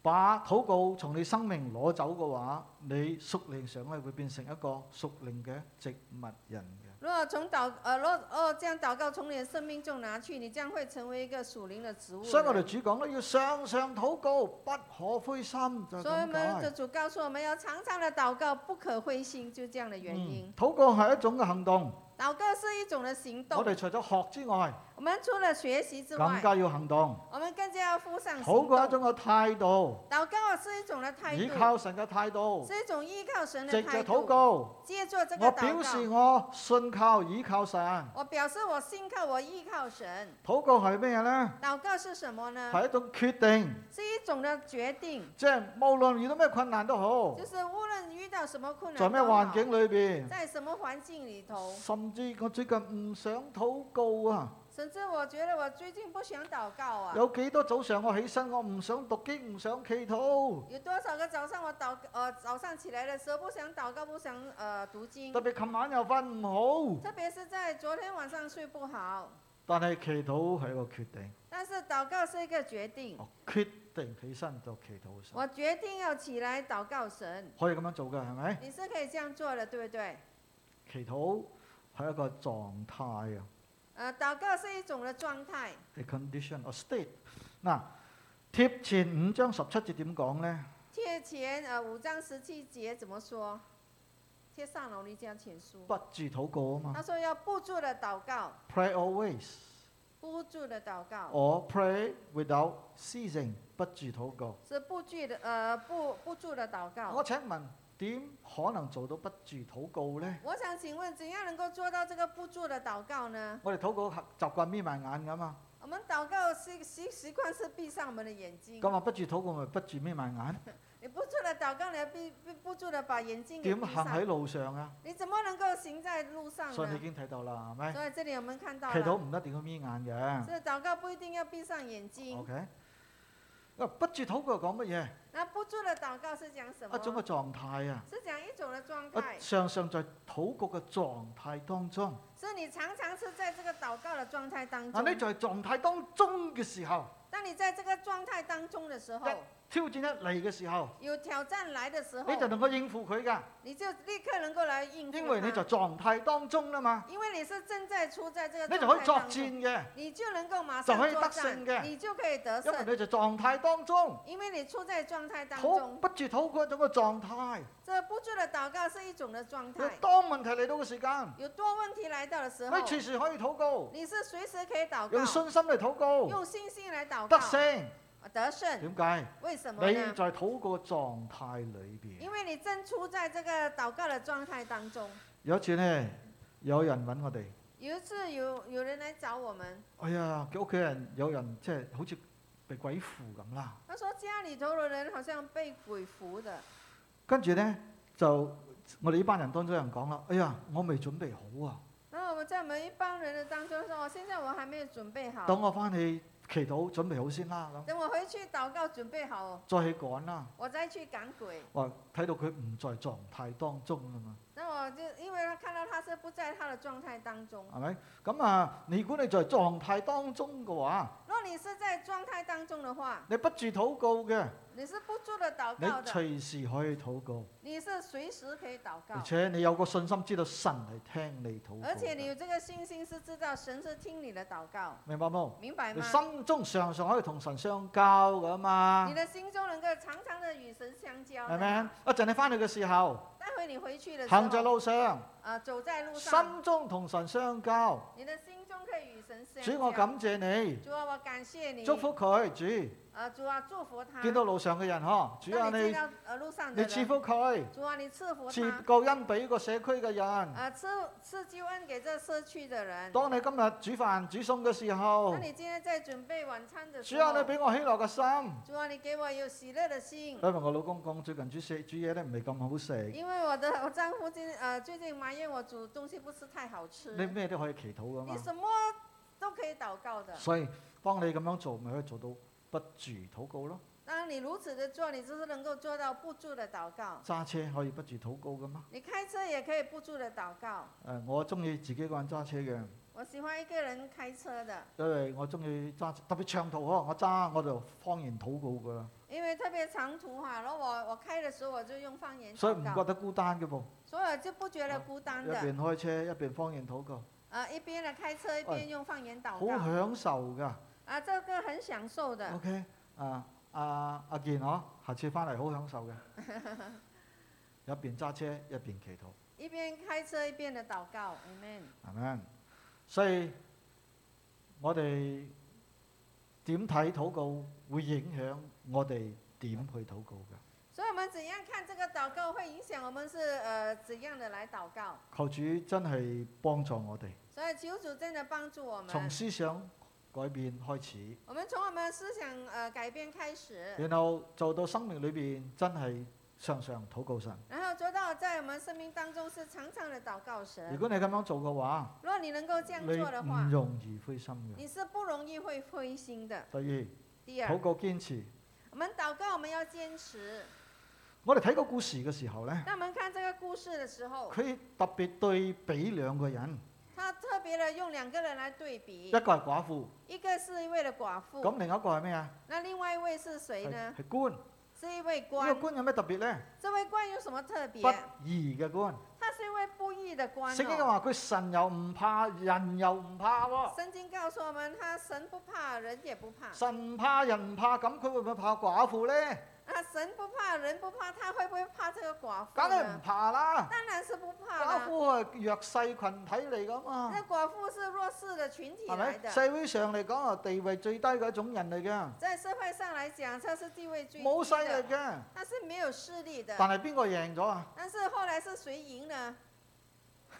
S1: 把禱告從你生命攞走嘅話，你屬靈上咧會變成一個屬靈嘅植物人嘅。
S2: 如果從禱呃，如果哦這樣禱告從你的生命中拿去，你將會成為一個屬靈的植物人。
S1: 所以我哋主講咧要常常禱告，不可灰心，就係
S2: 所以我
S1: 咁
S2: 们
S1: 解
S2: 的。主告訴我們要常常的禱告，不可灰心，就這樣的原因
S1: 嗯。禱告係一種嘅行動，
S2: 禱告是一種的行
S1: 我
S2: 動，
S1: 哋除咗學之外，
S2: 我們除了學習之
S1: 更
S2: 外，
S1: 加要行動。
S2: 我們更加要附上行
S1: 禱告係一
S2: 動。
S1: 種嘅態度，
S2: 禱告是一種的態
S1: 依
S2: 度，
S1: 靠神嘅態度，
S2: 是一種依靠神的
S1: 藉着
S2: 態
S1: 禱
S2: 度。
S1: 告。
S2: 借助這個
S1: 我表
S2: 禱
S1: 示
S2: 告，
S1: 我信靠倚靠神。
S2: 我表示我信靠，我依靠神。
S1: 禱告係咩呢？
S2: 禱告是什麼呢？
S1: 係一種決定，
S2: 是一種的決定，
S1: 即係無論遇到咩困難都好
S2: 就，是無論遇到什麼困難
S1: 在咩
S2: 都好
S1: 環，境裏邊，
S2: 在什麼環境裡頭，
S1: 甚至我最近唔想禱告啊！
S2: 甚至我覺得我最近不想禱告啊。
S1: 有幾多早上我起身，我唔想讀經，唔想祈禱。
S2: 有多少個早上我禱呃早上起來的時候不想禱告，不想呃讀經，
S1: 特別琴晚又瞓唔好，
S2: 特別是在昨天晚上睡不好。
S1: 但係祈禱係一個決定，
S2: 但是禱告是一個決定，
S1: 我決定起身就祈禱神，
S2: 嗯我決定要起來禱告神，
S1: 可以咁樣做嘅係咪？
S2: 你是可以這樣做的，對不對？
S1: 祈禱係一個狀態啊
S2: 呃，禱告是一種的狀態。
S1: ，a condition or state。嗱，貼前五章十七節點講呢？
S2: 帖前呃五章十七節怎麼說？帖上樓尼這樣前書，
S1: 不住禱告啊嘛
S2: 他说要不住的禱告，
S1: ，pray always。
S2: 不住的禱告，
S1: 哦 or pray without ceasing. 不住禱告。
S2: 是不住的呃不不住的祷告。
S1: 我請問點可能做到不住禱告呢？
S2: 我想请问，怎样能够做到这个不住的祷告呢？
S1: 我哋禱告習慣眯埋眼噶嘛，
S2: 我们祷告习习习惯是闭上我们的眼睛
S1: 咁，啊不住禱告咪不住眯埋眼，
S2: 你不住的祷告，你必必不住的把眼睛给
S1: 點
S2: 闭
S1: 行喺
S2: 上，
S1: 路上啊？
S2: 你怎么能够行在路上
S1: 所以你已
S2: 呢？
S1: 經睇到啦，係咪？
S2: 所以这里我们看到
S1: 祈禱
S2: 了，
S1: 唔一定要眯眼嘅
S2: 所以祷告不一定要闭上眼睛。
S1: ，OK？啊不住禱告講乜嘢？
S2: 那不住的祷告是讲什
S1: 一種嘅
S2: 么？
S1: 狀態啊！
S2: 是讲一种的状
S1: 我
S2: 态，
S1: 常常在禱告嘅狀態當中，
S2: 是你常常是在这个祷告的状态当
S1: 啊！你
S2: 中。
S1: 在狀態當中嘅時候，
S2: 当你在这个状态当中的时候，
S1: 挑戰一嚟嘅時候，
S2: 有挑战来的时候
S1: 你，就能夠應付佢㗎，
S2: 你就立刻能够来应
S1: 因
S2: 付
S1: 為你就
S2: 它，
S1: 狀態當中啦嘛，
S2: 因为你是正在处在这个
S1: 你就
S2: 状
S1: 可以
S2: 态
S1: 作
S2: 当
S1: 戰
S2: 中，
S1: 嘅，
S2: 你就能够马上
S1: 就可以
S2: 作
S1: 得
S2: 战
S1: 胜嘅，
S2: 你就可以得
S1: 因為
S2: 胜，
S1: 你就狀態當中，
S2: 因为你处在状态当
S1: 禱
S2: 中。
S1: 不住禱告一種嘅狀態。
S2: 这不住的祷告是一种的状态，
S1: 當問題嚟到嘅時間，
S2: 有多问题来到的时
S1: 你
S2: 候，
S1: 隨時可以禱告，
S2: 你是随时可以祷
S1: 用
S2: 告，
S1: 信心嚟禱告，
S2: 用信心来
S1: 得
S2: 祷告，
S1: 勝。
S2: 啊得胜。
S1: 點解？
S2: 为什么
S1: 你
S2: 呢？
S1: 在禱告狀態裏邊。
S2: 因为你正处在这个祷告的状态当中。
S1: 有一次呢，有人揾我哋，
S2: 有一次有有人来找我们，
S1: 哎呀，佢屋企人有人即係好似被鬼附咁啦。
S2: 他说家里头的人好像被鬼附的。
S1: 跟住呢，就我哋呢班人當中有人講啦，哎呀，我未準備好啊，
S2: 然后我们在我们一帮人的当中说，哦现在我还没有准备好，
S1: 等我翻去祈禱準備好先啦，咁
S2: 等我回去祷告准备好，
S1: 再去趕啦。
S2: 我再去赶鬼。
S1: 話睇到佢唔在狀態當中啊嘛，
S2: 那我就因为他看到他是不在他的状态当中。
S1: 係咪？咁啊，如果你在狀態當中嘅話，
S2: 若你是在状态当中的话，
S1: 你不住禱告嘅，
S2: 你是不住的祷
S1: 你
S2: 告的，
S1: 隨時可以禱告，
S2: 你是随时可以祷告
S1: 而，且你有個信心知道神係聽你禱告
S2: 而且你
S1: 嘅，
S2: 有这个信心是知道神是听你的祷告。
S1: 明白冇？
S2: 明白
S1: 你啊
S2: 吗？
S1: 心中常常可以同神相交噶嘛
S2: 你，的心中能够常常的与神相交的
S1: 係咪
S2: 嘛。？
S1: 一陣你翻去嘅時候，
S2: 待会你回去的时
S1: 行在
S2: 候，
S1: 路上。
S2: 啊，走在路上，
S1: 心中同神相交。
S2: 你的心中可以与神相交。
S1: 主，啊我感謝你，
S2: 主啊，我感谢你。
S1: 祝福佢。主，
S2: 啊，主啊，祝福他。
S1: 見到路上嘅人呵，主啊
S2: 当你
S1: 你
S2: 见到呃路上的
S1: 你賜
S2: 人，
S1: 福佢，
S2: 主啊，你赐福
S1: 賜
S2: 他。
S1: 救恩俾個社區嘅人。
S2: 啊，赐赐救恩给这社区的人。
S1: 當嗯你今日煮飯煮餸嘅時候
S2: 那，你今天在准备晚餐的
S1: 主
S2: 时候
S1: 啊，你，俾我喜樂嘅心。
S2: 主啊，你给我有喜乐的心
S1: 因。為我老公講最近煮食煮嘢咧唔係咁好食，
S2: 因为我的我丈夫今呃最近埋怨我煮东西不是太好吃，
S1: 你咩都可以祈禱噶
S2: 你
S1: 嘛。
S2: 什么都可以祷告的。
S1: 所以當你咁樣做，咪可以做到不住禱告咯。
S2: 当你如此的做，你就是能够做到不住的祷告。
S1: 揸車可以不住禱告噶嘛。
S2: 你开车也可以不住的祷告。
S1: 誒、我中意自己一個人揸車嘅。
S2: 我喜欢一个人开車的，
S1: 因為我中意揸特別長途呵，我揸我就方言禱告噶啦，
S2: 因为特别长途哈、然后我我開的时候我就用方言
S1: 所以唔
S2: 祷
S1: 覺
S2: 告，
S1: 得孤單嘅噃。
S2: 所以我就不觉得孤单
S1: 一
S2: 的。
S1: 邊開車一邊方言禱告，
S2: 啊，一邊的开车一
S1: 哎
S2: 边用方言祷
S1: 好
S2: 告，
S1: 享受㗎。
S2: 啊，这个很享受的。
S1: Dạ. OK，啊 À, 啊阿健呵，下次翻嚟好享受嘅，一邊揸車一邊祈禱，
S2: 一邊开车一邊的祷告，Amen。
S1: 係咪？所以我哋點睇禱告會影響我哋點去禱告㗎。
S2: 所以我们怎样看这个祷告，会影响我们是呃怎样的来祷告。
S1: 求主真係幫助我哋，
S2: 所以求主真的幫助我们
S1: 從。思想改變開始。
S2: 我们从我们思想呃改变开始，
S1: 然後做到生命裏邊真係常常禱告神。
S2: 然后做到在我们生命当中是常常的祷告
S1: 如
S2: 神。
S1: 果你咁樣做嘅話，
S2: 若你能够这样做的
S1: 你
S2: 话
S1: 唔，容易灰心嘅。
S2: 你是不容易会灰心的。
S1: 第
S2: 第
S1: 二，禱
S2: 二，
S1: 告堅持。
S2: 我们禱告我们要坚持。
S1: 我哋睇個故事嘅時候呢，
S2: 当我们看這個故事的时候，
S1: 佢特別對比兩個人，
S2: 他特別的用兩個人來對
S1: 一
S2: 比
S1: 個，係寡婦，
S2: 一個是一位的寡婦，
S1: 咁另一個係咩啊？
S2: 那另外一位是誰
S1: 係
S2: 呢？
S1: 係官。
S2: 是一位
S1: 呢個
S2: 官。
S1: 官有咩特別呢？
S2: 這位官有什麼特
S1: 不
S2: 別？
S1: 義嘅官。
S2: 他是一位不義的官、
S1: 聖經
S2: 哦。
S1: 話佢神又唔怕，人又唔怕喎。
S2: 聖經告訴我們，他神不怕，人也不怕。
S1: 神唔怕人唔怕，咁佢會唔會怕寡婦呢？
S2: 啊，啊神不怕，人不怕，他会不会怕这个寡妇
S1: 梗係唔
S2: 呢？
S1: 怕啦。
S2: 当然是不怕
S1: 寡
S2: 啦。
S1: 婦係弱勢群體嚟噶嘛
S2: 那，寡婦是弱势的群体
S1: 係
S2: 来
S1: 咪？
S2: 的，
S1: 社會上嚟講啊，地位最低嘅一種人嚟嘅，
S2: 在社会上来讲，这是地位最
S1: 冇
S2: 低
S1: 勢
S2: 的
S1: 力，嘅。
S2: 但是没有势力的。
S1: 但係邊個贏咗啊？
S2: 但是后来是谁赢呢？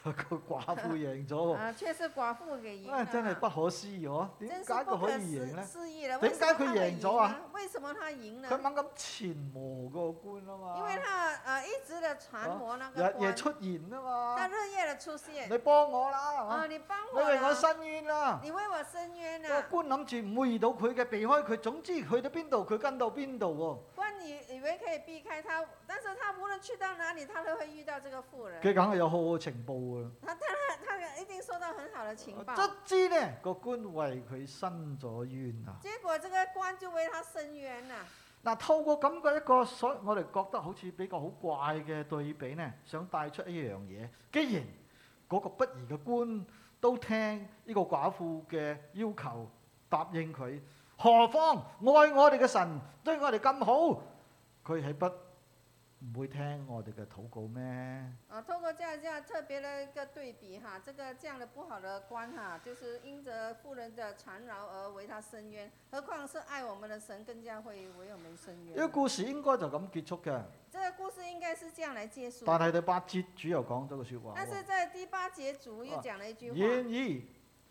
S1: 個寡婦贏咗喎，
S2: 啊，却是寡妇给 赢
S1: 唉
S2: 了。
S1: 哦哎真係不可思議喎！點
S2: 真
S1: 解
S2: 是不
S1: 佢可
S2: 可
S1: 以贏
S2: 思啊
S1: 呢？
S2: 思议了。
S1: 點
S2: 为
S1: 解
S2: 什么
S1: 佢
S2: 他会
S1: 贏咗啊
S2: 呢？为什么他赢呢
S1: 佢？猛咁前磨個官啊
S2: 因为
S1: 嘛，
S2: 他呃一直的缠磨那个
S1: 日夜
S2: 官，
S1: 出現啊嘛，
S2: 他日夜的出现。
S1: 你幫我啦，係嘛
S2: 啊，你帮
S1: 你
S2: 我
S1: 為我啊
S2: 啦，
S1: 伸冤啦！
S2: 你為我伸冤啊
S1: 個
S2: 呐！
S1: 官諗住唔會遇到佢嘅，避開佢，總之去到邊度佢跟到邊度
S2: 官以以为可以避开他，但是他无论去到哪里，他都会遇到这个妇人
S1: 喎，。佢梗係有好好情報㗎啦。
S2: 他他他他一定收到很好的情报。
S1: 卒之呢個官為佢伸咗冤啊！
S2: 结果这个官就为他伸冤呐、
S1: 嗱，透過咁嘅一個所，我哋覺得好似比較好怪嘅對比呢，想帶出一樣嘢。既然嗰個不義嘅官都聽呢個寡婦嘅要求，答應佢，何況愛我哋嘅神對我哋咁好，佢係不唔會聽我哋嘅禱告咩？
S2: 啊，通过这样这样特别的一个对比哈，这个这样的不好的官哈，就是因着妇人的缠绕而为他伸冤，何况是爱我们的神更加会为我们伸
S1: 呢、個
S2: 冤。
S1: 故事應該就咁結束嘅，
S2: 这个故事应该是这样来结束的，
S1: 但係第八節主又講咗個説話
S2: 但是
S1: 喎。
S2: 在第八节主
S1: 啊
S2: 又讲了一句话，
S1: 然而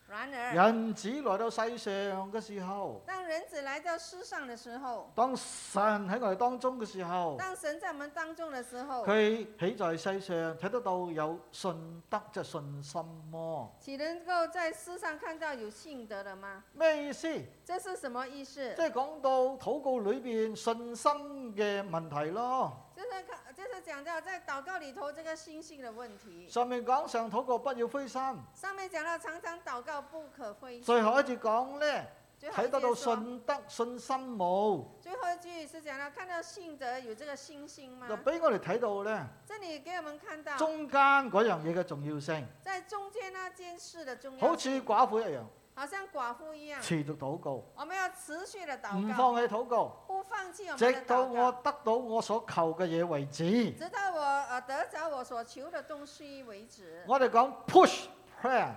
S2: 然而
S1: 人子來到世上嘅時候，
S2: 当人子来到世上的时候，
S1: 當神喺我哋當中嘅時候，
S2: 当神在我们当中的时候，
S1: 佢喺在世上睇得到有信德，即係信心麼？
S2: 岂能够在世上看到有信德的吗？
S1: 咩意思？即
S2: 这是什么意思？
S1: 係講到禱告裏邊信心嘅問題咯。
S2: 就是看，就是讲到在祷告里头这个信心的问题。
S1: 上面講上禱告不要灰心，
S2: 上面讲到常常祷告不可灰心，
S1: 最後一節講呢，
S2: 最后
S1: 睇
S2: 一句
S1: 得到
S2: 说，
S1: 信德、信心冇，
S2: 最后一句是讲到看到信德有这个信心
S1: 就
S2: 吗？
S1: 俾我哋睇到呢
S2: 这里给我们看到，
S1: 中間嗰樣嘢嘅重要性，
S2: 在中间那件事的重要
S1: 好
S2: 性，
S1: 似寡婦一樣，
S2: 好像寡妇一样，
S1: 持續禱告，唔
S2: 我们要持续的
S1: 放
S2: 祷告，
S1: 棄禱告。
S2: 不放弃我们
S1: 直
S2: 的
S1: 到
S2: 祷
S1: 我
S2: 告，
S1: 得到我所求嘅嘢為止。
S2: 直到我呃得着我所求的东西为止。
S1: 我哋講 push prayer，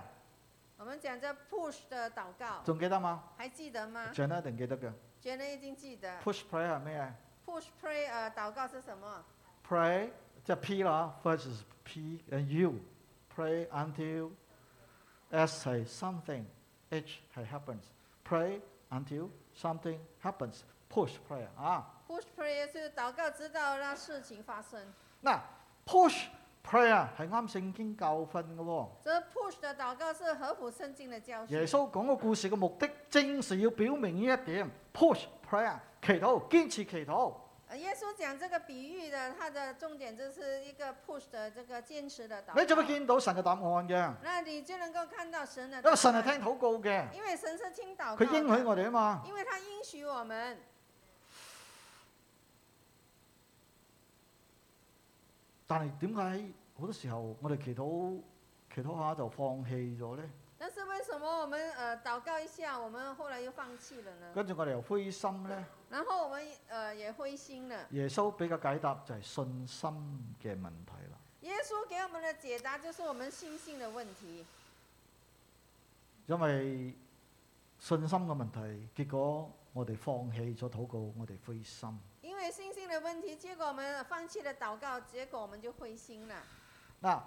S2: 我们讲这 push 的祷告，
S1: 仲記得嘛？
S2: 还记得吗？
S1: 長得一定記得嘅。
S2: 觉得一定记得。
S1: push prayer 係咩啊
S2: push pray 呃祷告是什么？
S1: ？pray 即係 P 啦，first is P and U。pray until S 係 something，H 係 happens。pray until something happens。push prayer 啊，
S2: Push prayer 是祷告，直到让事情发生。
S1: 嗱 push prayer 係啱聖經教訓嘅喎。
S2: 这 push 的祷告是合乎圣经的教训。
S1: 耶穌講個故事嘅目的，正是要表明呢一點。Push prayer，祈禱，堅持祈禱。
S2: 呃耶稣讲这个比喻的，它的重点就是一个 push 的这个坚持的祷
S1: 你就會
S2: 告。
S1: 見到神嘅答案嘅，
S2: 那你就能够看到神的
S1: 因為
S2: 答
S1: 神係
S2: 案，
S1: 聽禱告嘅，
S2: 因为神是听祷告
S1: 佢應許
S2: 的，
S1: 我哋啊嘛。
S2: 因为他应许我们。
S1: 但係點解好多時候我哋祈禱祈禱下就放棄咗呢？
S2: 但是为什么我们呃祷告一下，我们后来又放弃了呢？
S1: 跟住我哋又灰心呢？
S2: 然后我们呃也灰心了。
S1: 耶穌俾嘅解答就係信心嘅問題啦。
S2: 耶稣给我们的解答就是我们信心的问题。
S1: 因為信心嘅問題，結果我哋放棄咗禱告，我哋灰心。
S2: 因为信心的问题，结果我们放弃了祷告，结果我们就灰心了。
S1: 嗱，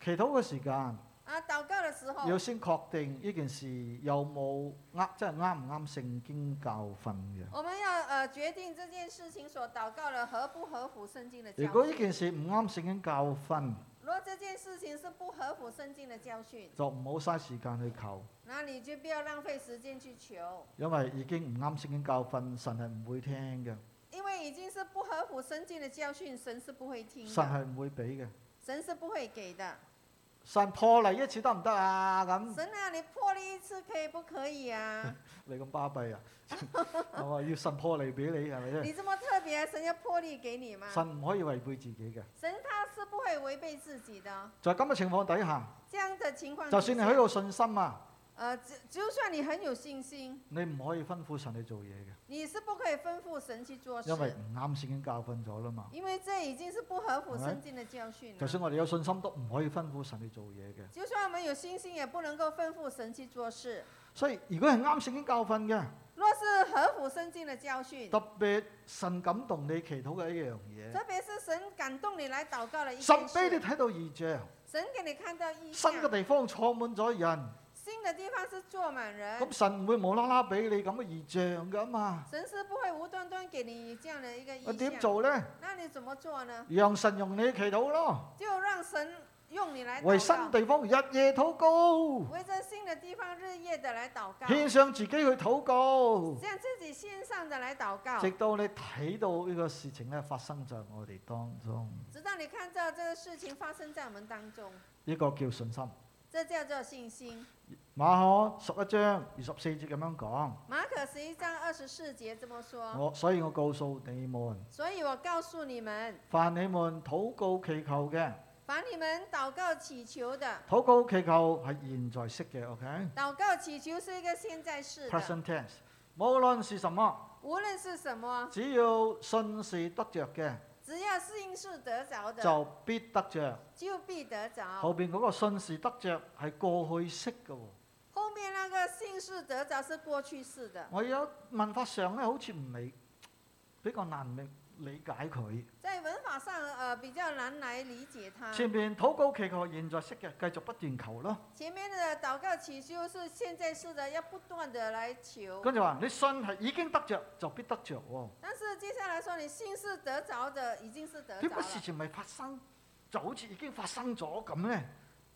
S1: 祈禱嘅時間。
S2: 啊，祷告的时
S1: 要
S2: 候
S1: 先確定呢件事有冇呃，即係啱唔啱聖經教訓嘅。
S2: 我们要呃决定这件事情所祷告的合不合乎圣经的
S1: 如
S2: 教
S1: 果呢
S2: 训。
S1: 件事唔啱聖經教訓，
S2: 如果这件事情是不合乎圣经的教训，
S1: 就唔好嘥時間去求，
S2: 那你就不要浪费时间去求，
S1: 因為已經唔啱聖經教訓，神係唔會聽嘅，
S2: 因为已经是不合乎圣经的教训，神是不会听
S1: 神
S2: 的，
S1: 係唔會俾嘅。
S2: 神是不会给的。
S1: 神破例一次得唔得啊？咁
S2: 神啊，你破例一次可以不可以 啊？
S1: 你咁巴閉啊？ 我話要神破例俾你係咪先？
S2: 你这么特别，神要破例给你吗？
S1: 神唔可以違背自己嘅。
S2: 神他是不会违背自己的。
S1: 在咁嘅情況底下，
S2: 这样的情况之
S1: 就
S2: 下，
S1: 算你喺度信心啊，
S2: 啊呃，就就算你很有信心，
S1: 你唔可以吩咐神去做嘢嘅，
S2: 你是不可以吩咐神去做事
S1: 因，為唔啱聖經教訓咗啦嘛。
S2: 因為這已經是不合乎
S1: 係咪
S2: 圣经的教训
S1: 就
S2: 了。
S1: 算我哋有信心，都唔可以吩咐神去做嘢嘅。
S2: 就算我们有信心，也不能够吩咐神去做事。
S1: 所以如果係啱聖經教訓嘅，
S2: 若是合乎圣经的教训，
S1: 特別神感動你祈禱嘅一樣嘢，
S2: 特别是神感动你来祷告了一
S1: 神
S2: 件
S1: 俾你
S2: 事，
S1: 睇到異象，
S2: 神給你看到
S1: 新
S2: 异象，
S1: 嘅地方坐滿咗人，
S2: 新的地方是坐滿人，
S1: 咁神唔會無啦啦俾你咁嘅異象噶嘛？
S2: 神是不会无端端給你这样的一个
S1: 我點
S2: 意象。
S1: 做呢？
S2: 那你怎么做呢？
S1: 讓神用你祈禱咯，
S2: 就让神用你来
S1: 為
S2: 祷
S1: 新
S2: 告，
S1: 地方日夜禱告，
S2: 为这新的地方日夜的来祷告，
S1: 獻上自己去禱告。
S2: 这样自己献上的来祷告
S1: 直，到你睇到呢個事情咧發生在我哋當中，
S2: 直到你看到这个事情发生在我们当中，
S1: 呢、個叫信心。
S2: 这叫做信心。
S1: 馬可十一章二十四節咁樣講，
S2: 马可十一章二十四节这么说。
S1: 我所以我告訴你們，
S2: 所以我告诉你们，
S1: 凡你們禱告祈求嘅，
S2: 凡你们祷告祈求的，
S1: 禱告祈求係現在式嘅，OK？Present
S2: 祷告祈求是一个现在式的，
S1: tense，無論是什麼，
S2: 无论是什么，
S1: 只要信是得着嘅，
S2: 只要信是得着的，
S1: 就必得着。
S2: 就必得着。
S1: 後邊嗰個信是得着係過去式嘅喎。
S2: 后面那个信是得着是过去式的，
S1: 我有文法上咧，好似唔理，比較難明理解佢。
S2: 在文法上呃比较难来理解它。
S1: 前面禱告祈求現在式嘅，繼續不斷求咯。
S2: 前面的祷告祈求是现在式的，要不断的来求。
S1: 跟住話你信係已經得着，就必得着喎。
S2: 但是接下来说，你信是得着的，已经是得
S1: 點
S2: 着
S1: 解
S2: 了。
S1: 事情未發生，就好似已經發生咗咁呢？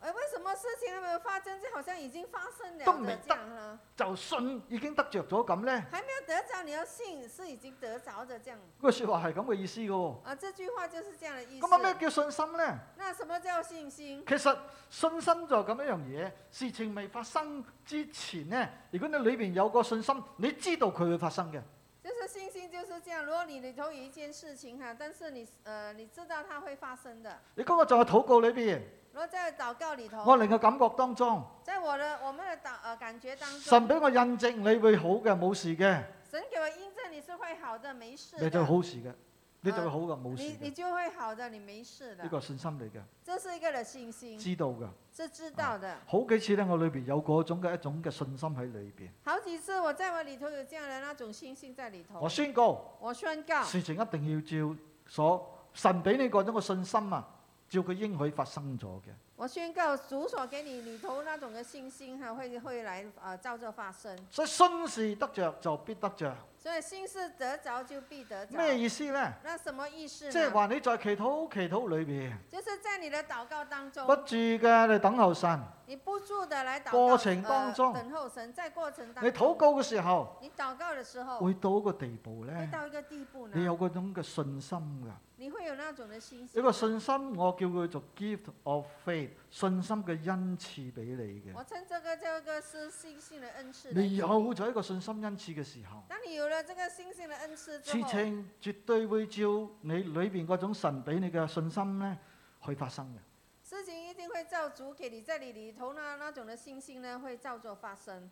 S2: 哎，为什么事情还没有发生，就好像已经发生了
S1: 都没
S2: 的
S1: 得
S2: 这样呢？
S1: 就信已經得着咗咁呢？
S2: 还没有得着，你要信是已经得着的这样。
S1: 嗰句説話係咁嘅意思嘅喎。
S2: 啊，这句话就是这样的意思
S1: 咁。啊咩叫信心呢？
S2: 那什么叫信心？
S1: 其實信心就係咁一樣嘢，事情未發生之前呢，如果你裏邊有個信心，你知道佢會發生嘅。
S2: 就是信心就是这样。如果你里头有一件事情哈，但是你呃你知道它会发生的，
S1: 你嗰個就係禱告裏邊，
S2: 如果在祷告里头，
S1: 我令嘅感覺當中，
S2: 在我的我们的祷呃感觉当
S1: 神
S2: 中，
S1: 俾我印證你會好嘅，冇事嘅，
S2: 神给我印证你是会好的，没事
S1: 你就
S2: 的
S1: 會。好事嘅，你就會
S2: 啊
S1: 好嘅，冇事
S2: 你
S1: 嘅
S2: 你。就会好的，你没事
S1: 呢
S2: 的。
S1: 個係信心嚟嘅，
S2: 这是一个的信心，
S1: 知道嘅。
S2: 是知道的。
S1: 好幾次咧，我裏邊有嗰種嘅一種嘅信心喺裏邊。
S2: 好几次我在我里头有这样的那种信心在里
S1: 我
S2: 头，
S1: 宣告，
S2: 我宣告，
S1: 事情一定要照所神俾你嗰種嘅信心啊，照佢應許發生咗嘅。
S2: 我宣告主所给你里头那种的信心哈，会会来呃照着发生。
S1: 所以信是得着就必得着。
S2: 所以心是得着就必得着。
S1: 咩意思呢？
S2: 那什么意思
S1: 即係
S2: 呢？
S1: 話你在祈禱祈禱裏邊，
S2: 就是在你的祷告当中
S1: 不，住嘅你等候神，
S2: 你不住的来祷告，
S1: 过程当中
S2: 呃、等候神，在过程当
S1: 你
S2: 中，
S1: 禱告嘅時候
S2: 你祷告的时候，
S1: 會到一個地步
S2: 会
S1: 呢，
S2: 到一个地步呢，
S1: 你有嗰種嘅信心㗎。
S2: 你会有那种的信
S1: 呢
S2: 心。
S1: 個信心我叫佢做 gift of faith，信心嘅恩賜俾你嘅。
S2: 我称这个叫一个是信心的恩赐的意
S1: 你
S2: 义。
S1: 有咗一個信心恩賜嘅時候，
S2: 当你有了这个信心的恩赐之
S1: 事
S2: 后，
S1: 情絕對會照你裏邊嗰種神俾你嘅信心咧去發生嘅。
S2: 事情一定会照主给你在你里头呢那种的信心呢，会照着发生。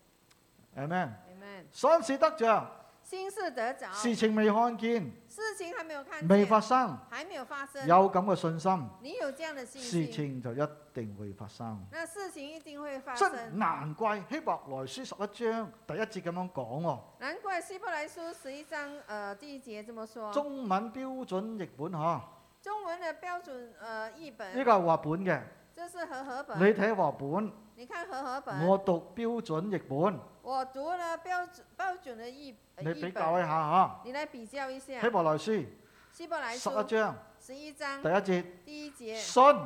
S1: Amen。
S2: Amen。
S1: 信是得着，
S2: 心是得着，
S1: 事情未看見，
S2: 事情还没有看
S1: 未
S2: 见，
S1: 發生，
S2: 还没有发生，
S1: 有咁嘅信心，
S2: 你有这样的信
S1: 事
S2: 心。
S1: 情就一定會發生。
S2: 那事情一定会发
S1: 真
S2: 生。
S1: 難怪希伯來書十一章第一節咁樣講喎。
S2: 难怪希伯来书十一章呃第一节这么说。中
S1: 中文標準譯本嗬，
S2: 文的标准呃译
S1: 呢
S2: 本，
S1: 個係話本嘅，
S2: 这是和合
S1: 你
S2: 本。
S1: 睇話本。
S2: 你看和合本，我
S1: 我讀標準譯本，
S2: 读了标准标准的译呃
S1: 你
S2: 译
S1: 比較一
S2: 本，
S1: 下
S2: 你来比较一
S1: 嚇。希
S2: 下。
S1: 伯來書
S2: 希伯来
S1: 十
S2: 书
S1: 一章
S2: 十一章
S1: 第一
S2: 第一节
S1: 節，，信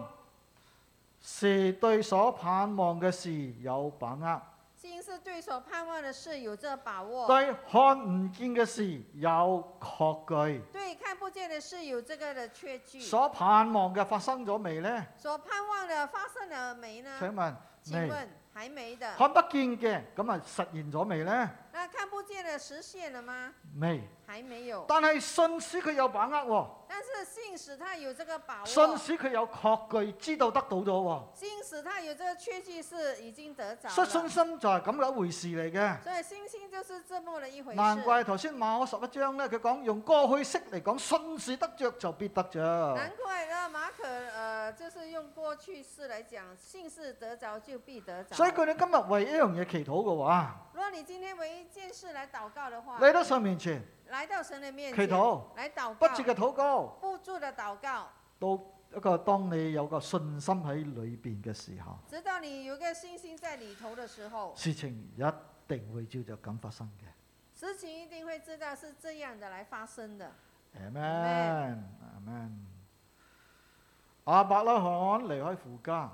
S1: 是對所盼望嘅事有把握，
S2: 信是对所盼望的事有着把握，
S1: 對看唔見嘅事有確
S2: 对看不见的事有这个的确
S1: 據。
S2: 据。
S1: 所盼望嘅發生咗未呢？
S2: 所盼望的发生了没
S1: 請
S2: 呢？
S1: 問
S2: 嗯请
S1: 未？
S2: 问还没的。
S1: 看不見嘅咁啊實現咗未呢？
S2: 那他看不见的实现了吗？
S1: 未。
S2: 还没有。
S1: 但係信使佢有把握
S2: 但是信使他有这个把
S1: 喎，
S2: 握
S1: 信，使佢有確據，知道得到咗喎。
S2: 信使他有这个确据是已经得着
S1: 失信
S2: 了。
S1: 心就係咁嘅一回事嚟嘅。
S2: 所以信心就是这么的一回
S1: 難
S2: 事。
S1: 怪頭先馬可十一章咧，佢講用過去式嚟講，信是得着就必得着。
S2: 难怪呢，马可呃，就是用过去式来讲，信是得着就必得着。
S1: 所以佢哋今日為一樣嘢祈禱嘅話，
S2: 如果你今天为一件事来祷告的话，
S1: 嚟到神面前
S2: 来到神的面
S1: 祈
S2: 前，
S1: 禱，
S2: 来祷
S1: 不
S2: 告，
S1: 住嘅禱告，
S2: 不住的祷告，
S1: 到一個當你有個信心喺裏邊嘅時候，
S2: 直到你有个信心在里头的时候，
S1: 事情一定會照着咁發生嘅。
S2: 事情一定会知道是这样的来发生的。
S1: Amen. Amen. 阿伯拉罕離開父家，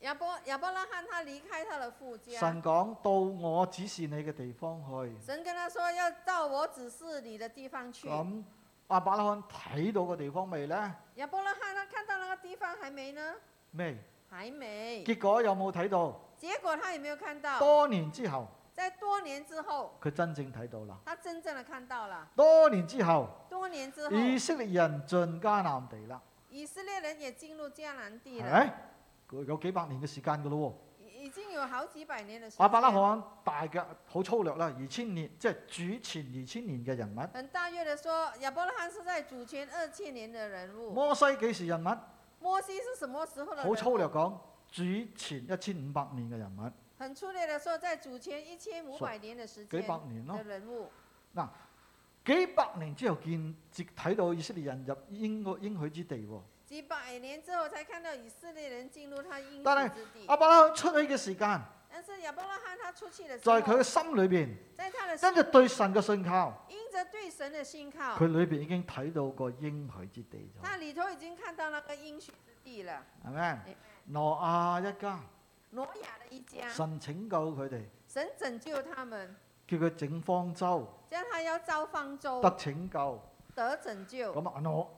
S2: 亚伯亚伯拉罕他离开他的父家，
S1: 神講到我指示你嘅地方去。
S2: 神跟他说要到我指示你的地方去。
S1: 咁阿伯拉罕睇到個地方未呢？
S2: 亚伯拉罕他看到那个地方还没呢？
S1: 未。哦
S2: 还没。
S1: 結果有冇睇到？
S2: 结果他有没有看到？
S1: 多年之後，
S2: 在多年之后，
S1: 佢真正睇到啦。
S2: 他真正的看到了。
S1: 多年之後，
S2: 多年之后，
S1: 以色列人進迦南地啦，
S2: 以色列人也进入迦南地
S1: 係
S2: 了，
S1: 咪？佢有幾百年嘅時間㗎咯
S2: 已已经有好几百年的时
S1: 喎。阿伯拉
S2: 间。
S1: 罕大嘅好粗略啦，二千年即係主前二千年嘅人物。
S2: 很大约的说，亚伯拉罕是在主前二千年的人物，
S1: 摩西幾時人物？
S2: 摩西是什么时候的人
S1: 好
S2: 物？
S1: 粗略講，主前一千五百年嘅人物，
S2: 很粗略的说，在主前一千五百年的时间
S1: 幾百年咯
S2: 的。人物，
S1: 幾百年之後見，至睇到以色列人入應個應許之地喎。
S2: 几百年之后才看到以色列人进入他应
S1: 当
S2: 许
S1: 然
S2: 之地。
S1: 阿伯拉罕出去嘅時間，
S2: 但是亚伯拉罕他出去的时
S1: 就係佢
S2: 候，
S1: 嘅心裏邊，
S2: 在他的心
S1: 跟住對神嘅信靠，
S2: 因着对神的信靠，
S1: 佢裏邊已經睇到個應許之地咗，
S2: 他里头已经看到那个应许之地了。
S1: 係咪？挪亞一家，
S2: 挪亚的一家，
S1: 神拯救佢哋，
S2: 神拯救他们，
S1: 叫佢整方舟，
S2: 叫他要造方舟
S1: 得拯救。
S2: 得拯救。
S1: 咁啊，挪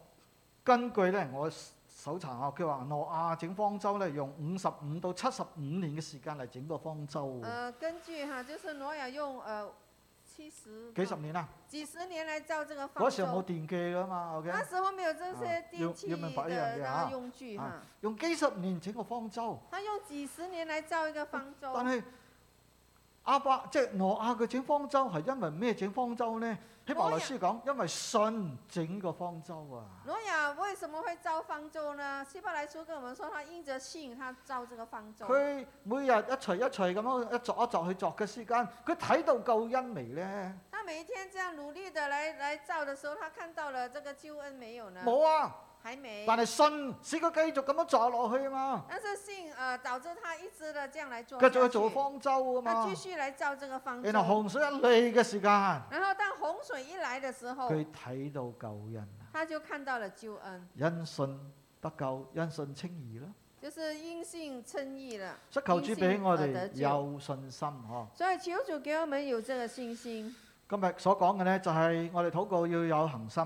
S1: 根據咧我搜查啊下，佢話挪亞整方舟咧，用五十五到七十五年嘅時間嚟整個方舟喎。
S2: 呃，根据哈，就是挪亚用呃七十
S1: 幾十年啦，
S2: 几十年来造这个方
S1: 嗰時候
S2: 舟
S1: 冇，電鋸噶嘛，OK，
S2: 那时候没有这些
S1: 啊要
S2: 电器
S1: 要
S2: 的
S1: 明白一樣嘢
S2: 那
S1: 啊
S2: 个用具哈
S1: 啊。用幾十年整個方舟，
S2: 他用几十年来造一个方舟，
S1: 但係阿伯即係挪亞佢整方舟係因為咩整方舟呢？希伯來書講，因為信整個方舟啊，
S2: 挪亚为什么会造方舟呢？希伯来书跟我们说，他因着信，他造这个方舟。
S1: 佢每日一錘一錘咁樣一作一作去作嘅時間，佢睇到救恩未呢？
S2: 他每一天这样努力的来来造的时候，他看到了这个救恩没有呢？
S1: 冇啊，
S2: 还没。
S1: 但係信使佢繼續咁樣作落去啊嘛，
S2: 但是信呃导致他一直的这样来做
S1: 繼
S2: 下去，
S1: 續去做方舟啊嘛
S2: 他继。续来造这个方
S1: 然後
S2: 舟。
S1: 洪水一嚟嘅時間，
S2: 然后当洪水一来的时候，
S1: 佢睇到救恩啊。
S2: 他就看到了救恩，
S1: 因信得救，因信稱義啦。
S2: 就是因信称义了。
S1: 所以求主俾我
S2: 因信而
S1: 哋
S2: 得救
S1: 有信心嗬。
S2: 所以求主给我们有这个信心。
S1: 今日所講嘅呢，就係我哋禱告要有恒心，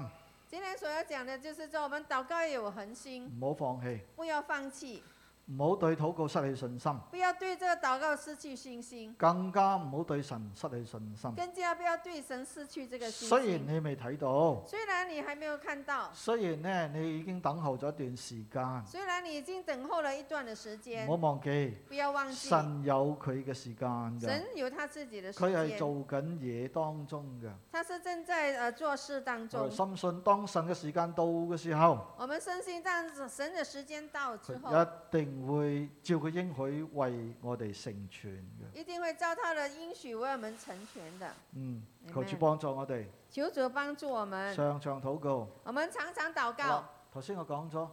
S2: 今天所要讲的就是说，我们祷告要有恒心，
S1: 唔好放棄，
S2: 不要放弃，
S1: 唔好對禱告失去信心，
S2: 不要对这个祷告失去信心，
S1: 更加唔好對神失去信心。
S2: 更加不要对神失去这个信
S1: 雖然
S2: 心。
S1: 你未睇到，
S2: 虽然你还没有看到，
S1: 雖然呢你已經等候咗一段時間，
S2: 虽然你已经等候了一段的时
S1: 唔
S2: 间
S1: 好，忘記
S2: 不要忘记，
S1: 神有佢嘅時間嘅，
S2: 神有他自己的时
S1: 佢係做
S2: 间，
S1: 緊嘢當中嘅。
S2: 他是正在呃做事当
S1: 我
S2: 中
S1: 哋。深信當神嘅時間到嘅時候。
S2: 我们深信，当神的时间到之
S1: 佢
S2: 后，
S1: 一定會照佢應許為我哋成全嘅。
S2: 一定会照他的应许为我们成全的。
S1: 嗯，
S2: Amen
S1: 求主幫助我哋
S2: 求主帮助我们，
S1: 上上禱告。
S2: 我们常常祷
S1: 好
S2: 告
S1: 啦。頭先我講咗，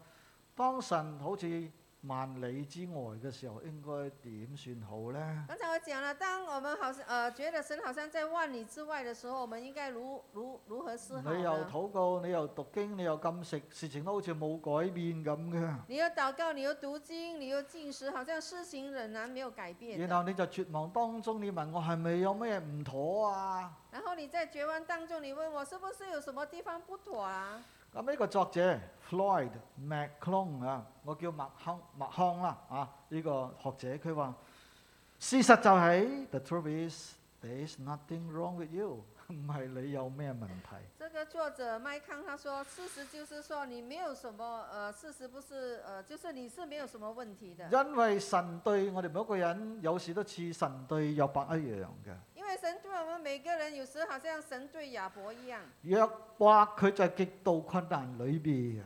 S1: 當神好似萬里之外嘅時候，應該點算好呢？
S2: 刚才我讲了，当我们好像呃觉得神好像在万里之外的时候，我们应该如如如何是好
S1: 你又
S2: 呢？
S1: 禱告，你又讀經，你又禁食，事情都好似冇改變咁嘅。
S2: 你又祷告，你又读经，你又进食，好像事情仍然没有改变
S1: 然
S2: 的。
S1: 後你就絕望當中，你問我係咪有咩唔妥啊？
S2: 然后你在绝望当中，你问我是不是有什么地方不妥啊？
S1: 咁呢個作者 Floyd McClung 啊，我叫麥康麥康啦啊，呢、個學者佢話事實就係、The truth is There is nothing wrong with you，唔係你有咩問題。
S2: 这个作者麦康他说，事实就是说你没有什么呃，事实不是呃，就是你是没有什么问题的，
S1: 因為神對我哋每一個人有時都似神對約伯一樣嘅。
S2: 因为神对我们每个人有时好像神对亚伯一样。
S1: 約伯佢就係極度困難裏邊，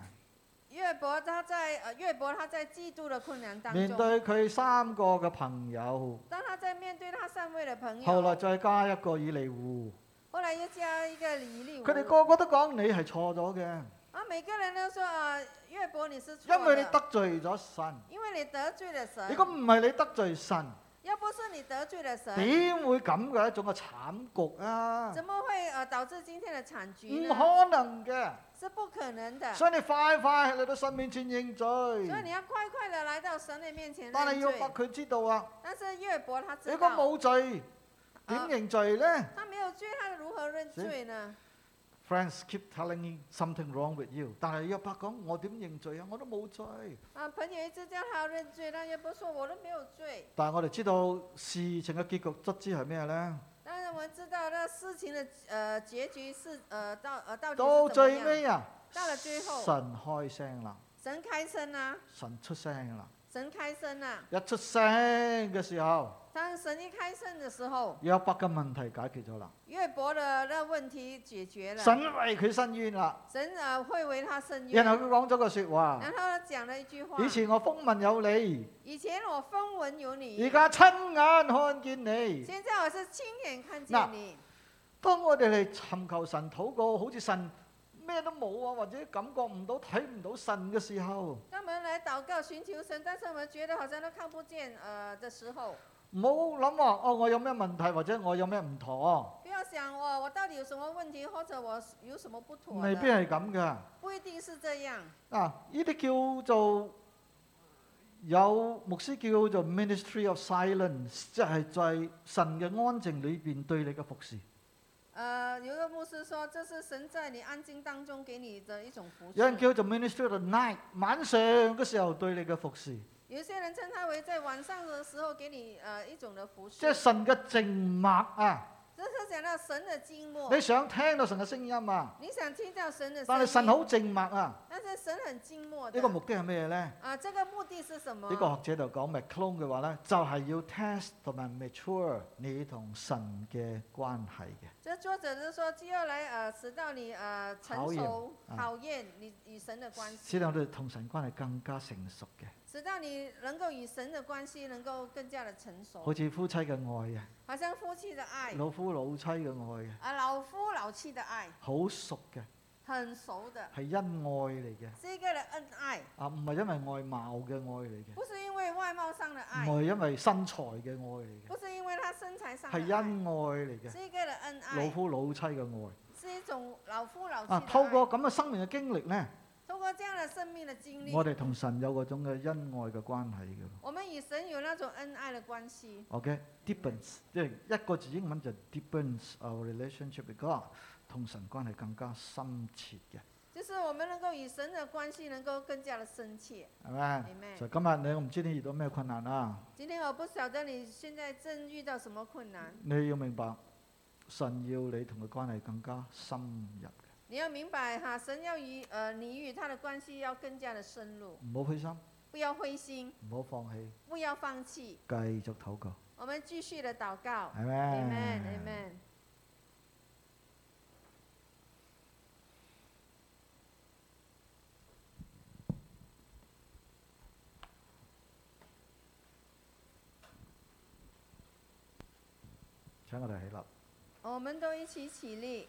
S2: 约伯他在呃约伯他在嫉妒的困难当
S1: 面
S2: 中，
S1: 對佢三個嘅朋友，
S2: 当他在面对他三位的朋
S1: 後來
S2: 友，
S1: 再加一個以利户，
S2: 后来又加一个李立武
S1: 佢，哋個個都講你係錯咗嘅，
S2: 啊，每个人都说啊，约伯你是错
S1: 因為你
S2: 的，
S1: 得罪咗神。
S2: 因为你得罪了神
S1: 如，果唔係你得罪神，
S2: 要不是你得罪了神，
S1: 點會咁嘅一種嘅慘局啊？
S2: 怎么会呃导致今天的惨局
S1: 唔
S2: 呢？
S1: 可能嘅，
S2: 是不可能的。
S1: 所以你快快嚟到神面前認
S2: 所以你
S1: 罪。
S2: 要快快的来到神的面前
S1: 但係
S2: 认
S1: 約伯
S2: 罪。
S1: 佢知道啊，
S2: 但是约伯他知
S1: 如果
S2: 道，
S1: 冇罪，點認罪呢
S2: 他没有罪，他如何认罪呢？
S1: Friends keep telling me something wrong with you，但係約伯講：我點認罪啊？我都冇罪。
S2: 啊，朋友一直叫他认罪，但约伯说我都没有罪。
S1: 但係我哋知道事情嘅結局卒之係咩呢？
S2: 但是我们知道那事情的呃结局是呃到呃到
S1: 到
S2: 底是怎么
S1: 最
S2: 样？
S1: 尾啊，
S2: 到了最後
S1: 神開聲啦，
S2: 神开声啊，
S1: 神出聲啦。
S2: 神开声啊。
S1: 一出聲嘅時候，
S2: 当神一开声的时候，
S1: 約伯嘅問題解決咗啦，
S2: 约伯的那问题解决了，
S1: 神為佢伸冤啦。
S2: 神啊会为他伸冤
S1: 然。後佢講咗個説話：
S2: 然后他讲了一句话：
S1: 以前我風聞有你，
S2: 以前我风闻有你
S1: 而。家親眼看見你。
S2: 现在我是亲眼看
S1: 那
S2: 见你。
S1: 當我哋嚟尋求神禱告，好似神咩都冇啊，或者感覺唔到、睇唔到神嘅時候，
S2: 当我们来祷告寻求神，但是我们觉得好像都看不见，呃的时候，
S1: 唔好諗話哦，我有咩問題或者我有咩唔妥，
S2: 不要想我我到底有什么问题，或者我有什么不妥
S1: 未必
S2: 的，
S1: 係咁嘅。
S2: 不一定是这样。
S1: 嗱，啊呢啲叫做有牧師叫做 Ministry of Silence，即係在神嘅安靜裏邊對你嘅服侍。
S2: 呃，有个牧师说，这是神在你安静当中给你的一种服
S1: 有人
S2: 侍。
S1: 叫做 Ministry of the Night，晚上嘅時候對你嘅服侍，
S2: 有些人称它为在晚上的时候给你呃一种的服侍
S1: 即係，神嘅靜默啊！
S2: 这是讲到神的静默
S1: 你。想聽到神嘅聲音啊，
S2: 你想听到神的
S1: 但係神
S2: 声音，
S1: 好靜默啊！
S2: 但是神很静默
S1: 呢個
S2: 的。
S1: 目的係咩呢？
S2: 啊，这個目的是什么
S1: 呢？個學者就講 McClone 嘅話呢，就係、要 test 同埋 mature 你同神嘅關係嘅。
S2: 这作者是说，既要来呃，使到你呃
S1: 考
S2: 成
S1: 验
S2: 熟
S1: 啊，
S2: 考验你与神的关系，
S1: 使到我哋同神關係更加成熟嘅，
S2: 使到你能够与神的关系能够更加的成熟
S1: 好，似夫妻嘅愛啊，
S2: 好像夫妻的爱
S1: 老夫老妻嘅愛啊，
S2: 啊，老夫老妻的爱，
S1: 好熟嘅，
S2: 很熟的，
S1: 係恩愛嚟嘅，
S2: 是一个人恩愛，
S1: 啊唔係因為外貌嘅愛嚟嘅，
S2: 不是因为外貌上的
S1: 唔
S2: 愛，
S1: 係因為身材嘅愛嚟
S2: 不是因为他身材上
S1: 嘅，
S2: 的
S1: 係
S2: 愛，
S1: 恩愛嚟嘅，
S2: 是一个人恩
S1: 老
S2: 愛，
S1: 夫老妻嘅
S2: 是一種老夫老
S1: 愛。
S2: 妻的
S1: 啊，透
S2: 愛。
S1: 過咁嘅生命嘅經歷呢，
S2: 通过这样的生命的经历，
S1: 我哋同神有嗰種嘅恩愛嘅關係嘅。
S2: 我们与神有那种恩愛的關係，
S1: OK deepens，即係一個字英文就 deepens our relationship with God，同神關係更加深切嘅，
S2: 就是我们能夠與神的關係能夠更加的深切。
S1: 係咪？
S2: Amen
S1: 就今日你我唔知你遇到咩困難啊，
S2: 今天我不晓得你现在正遇到什么困难，
S1: 你要明白，神要你同佢關係更加深入嘅，
S2: 你要明白哈，神要与呃你与他的关系要更加的深入，
S1: 唔好灰心，
S2: 不要灰心，
S1: 唔好放棄，
S2: 不要放弃。
S1: 繼續禱告，
S2: 我们继续的祷告。
S1: 係
S2: Amen,
S1: 咪？
S2: Amen。
S1: 請我哋起立，
S2: 我们都一起起立，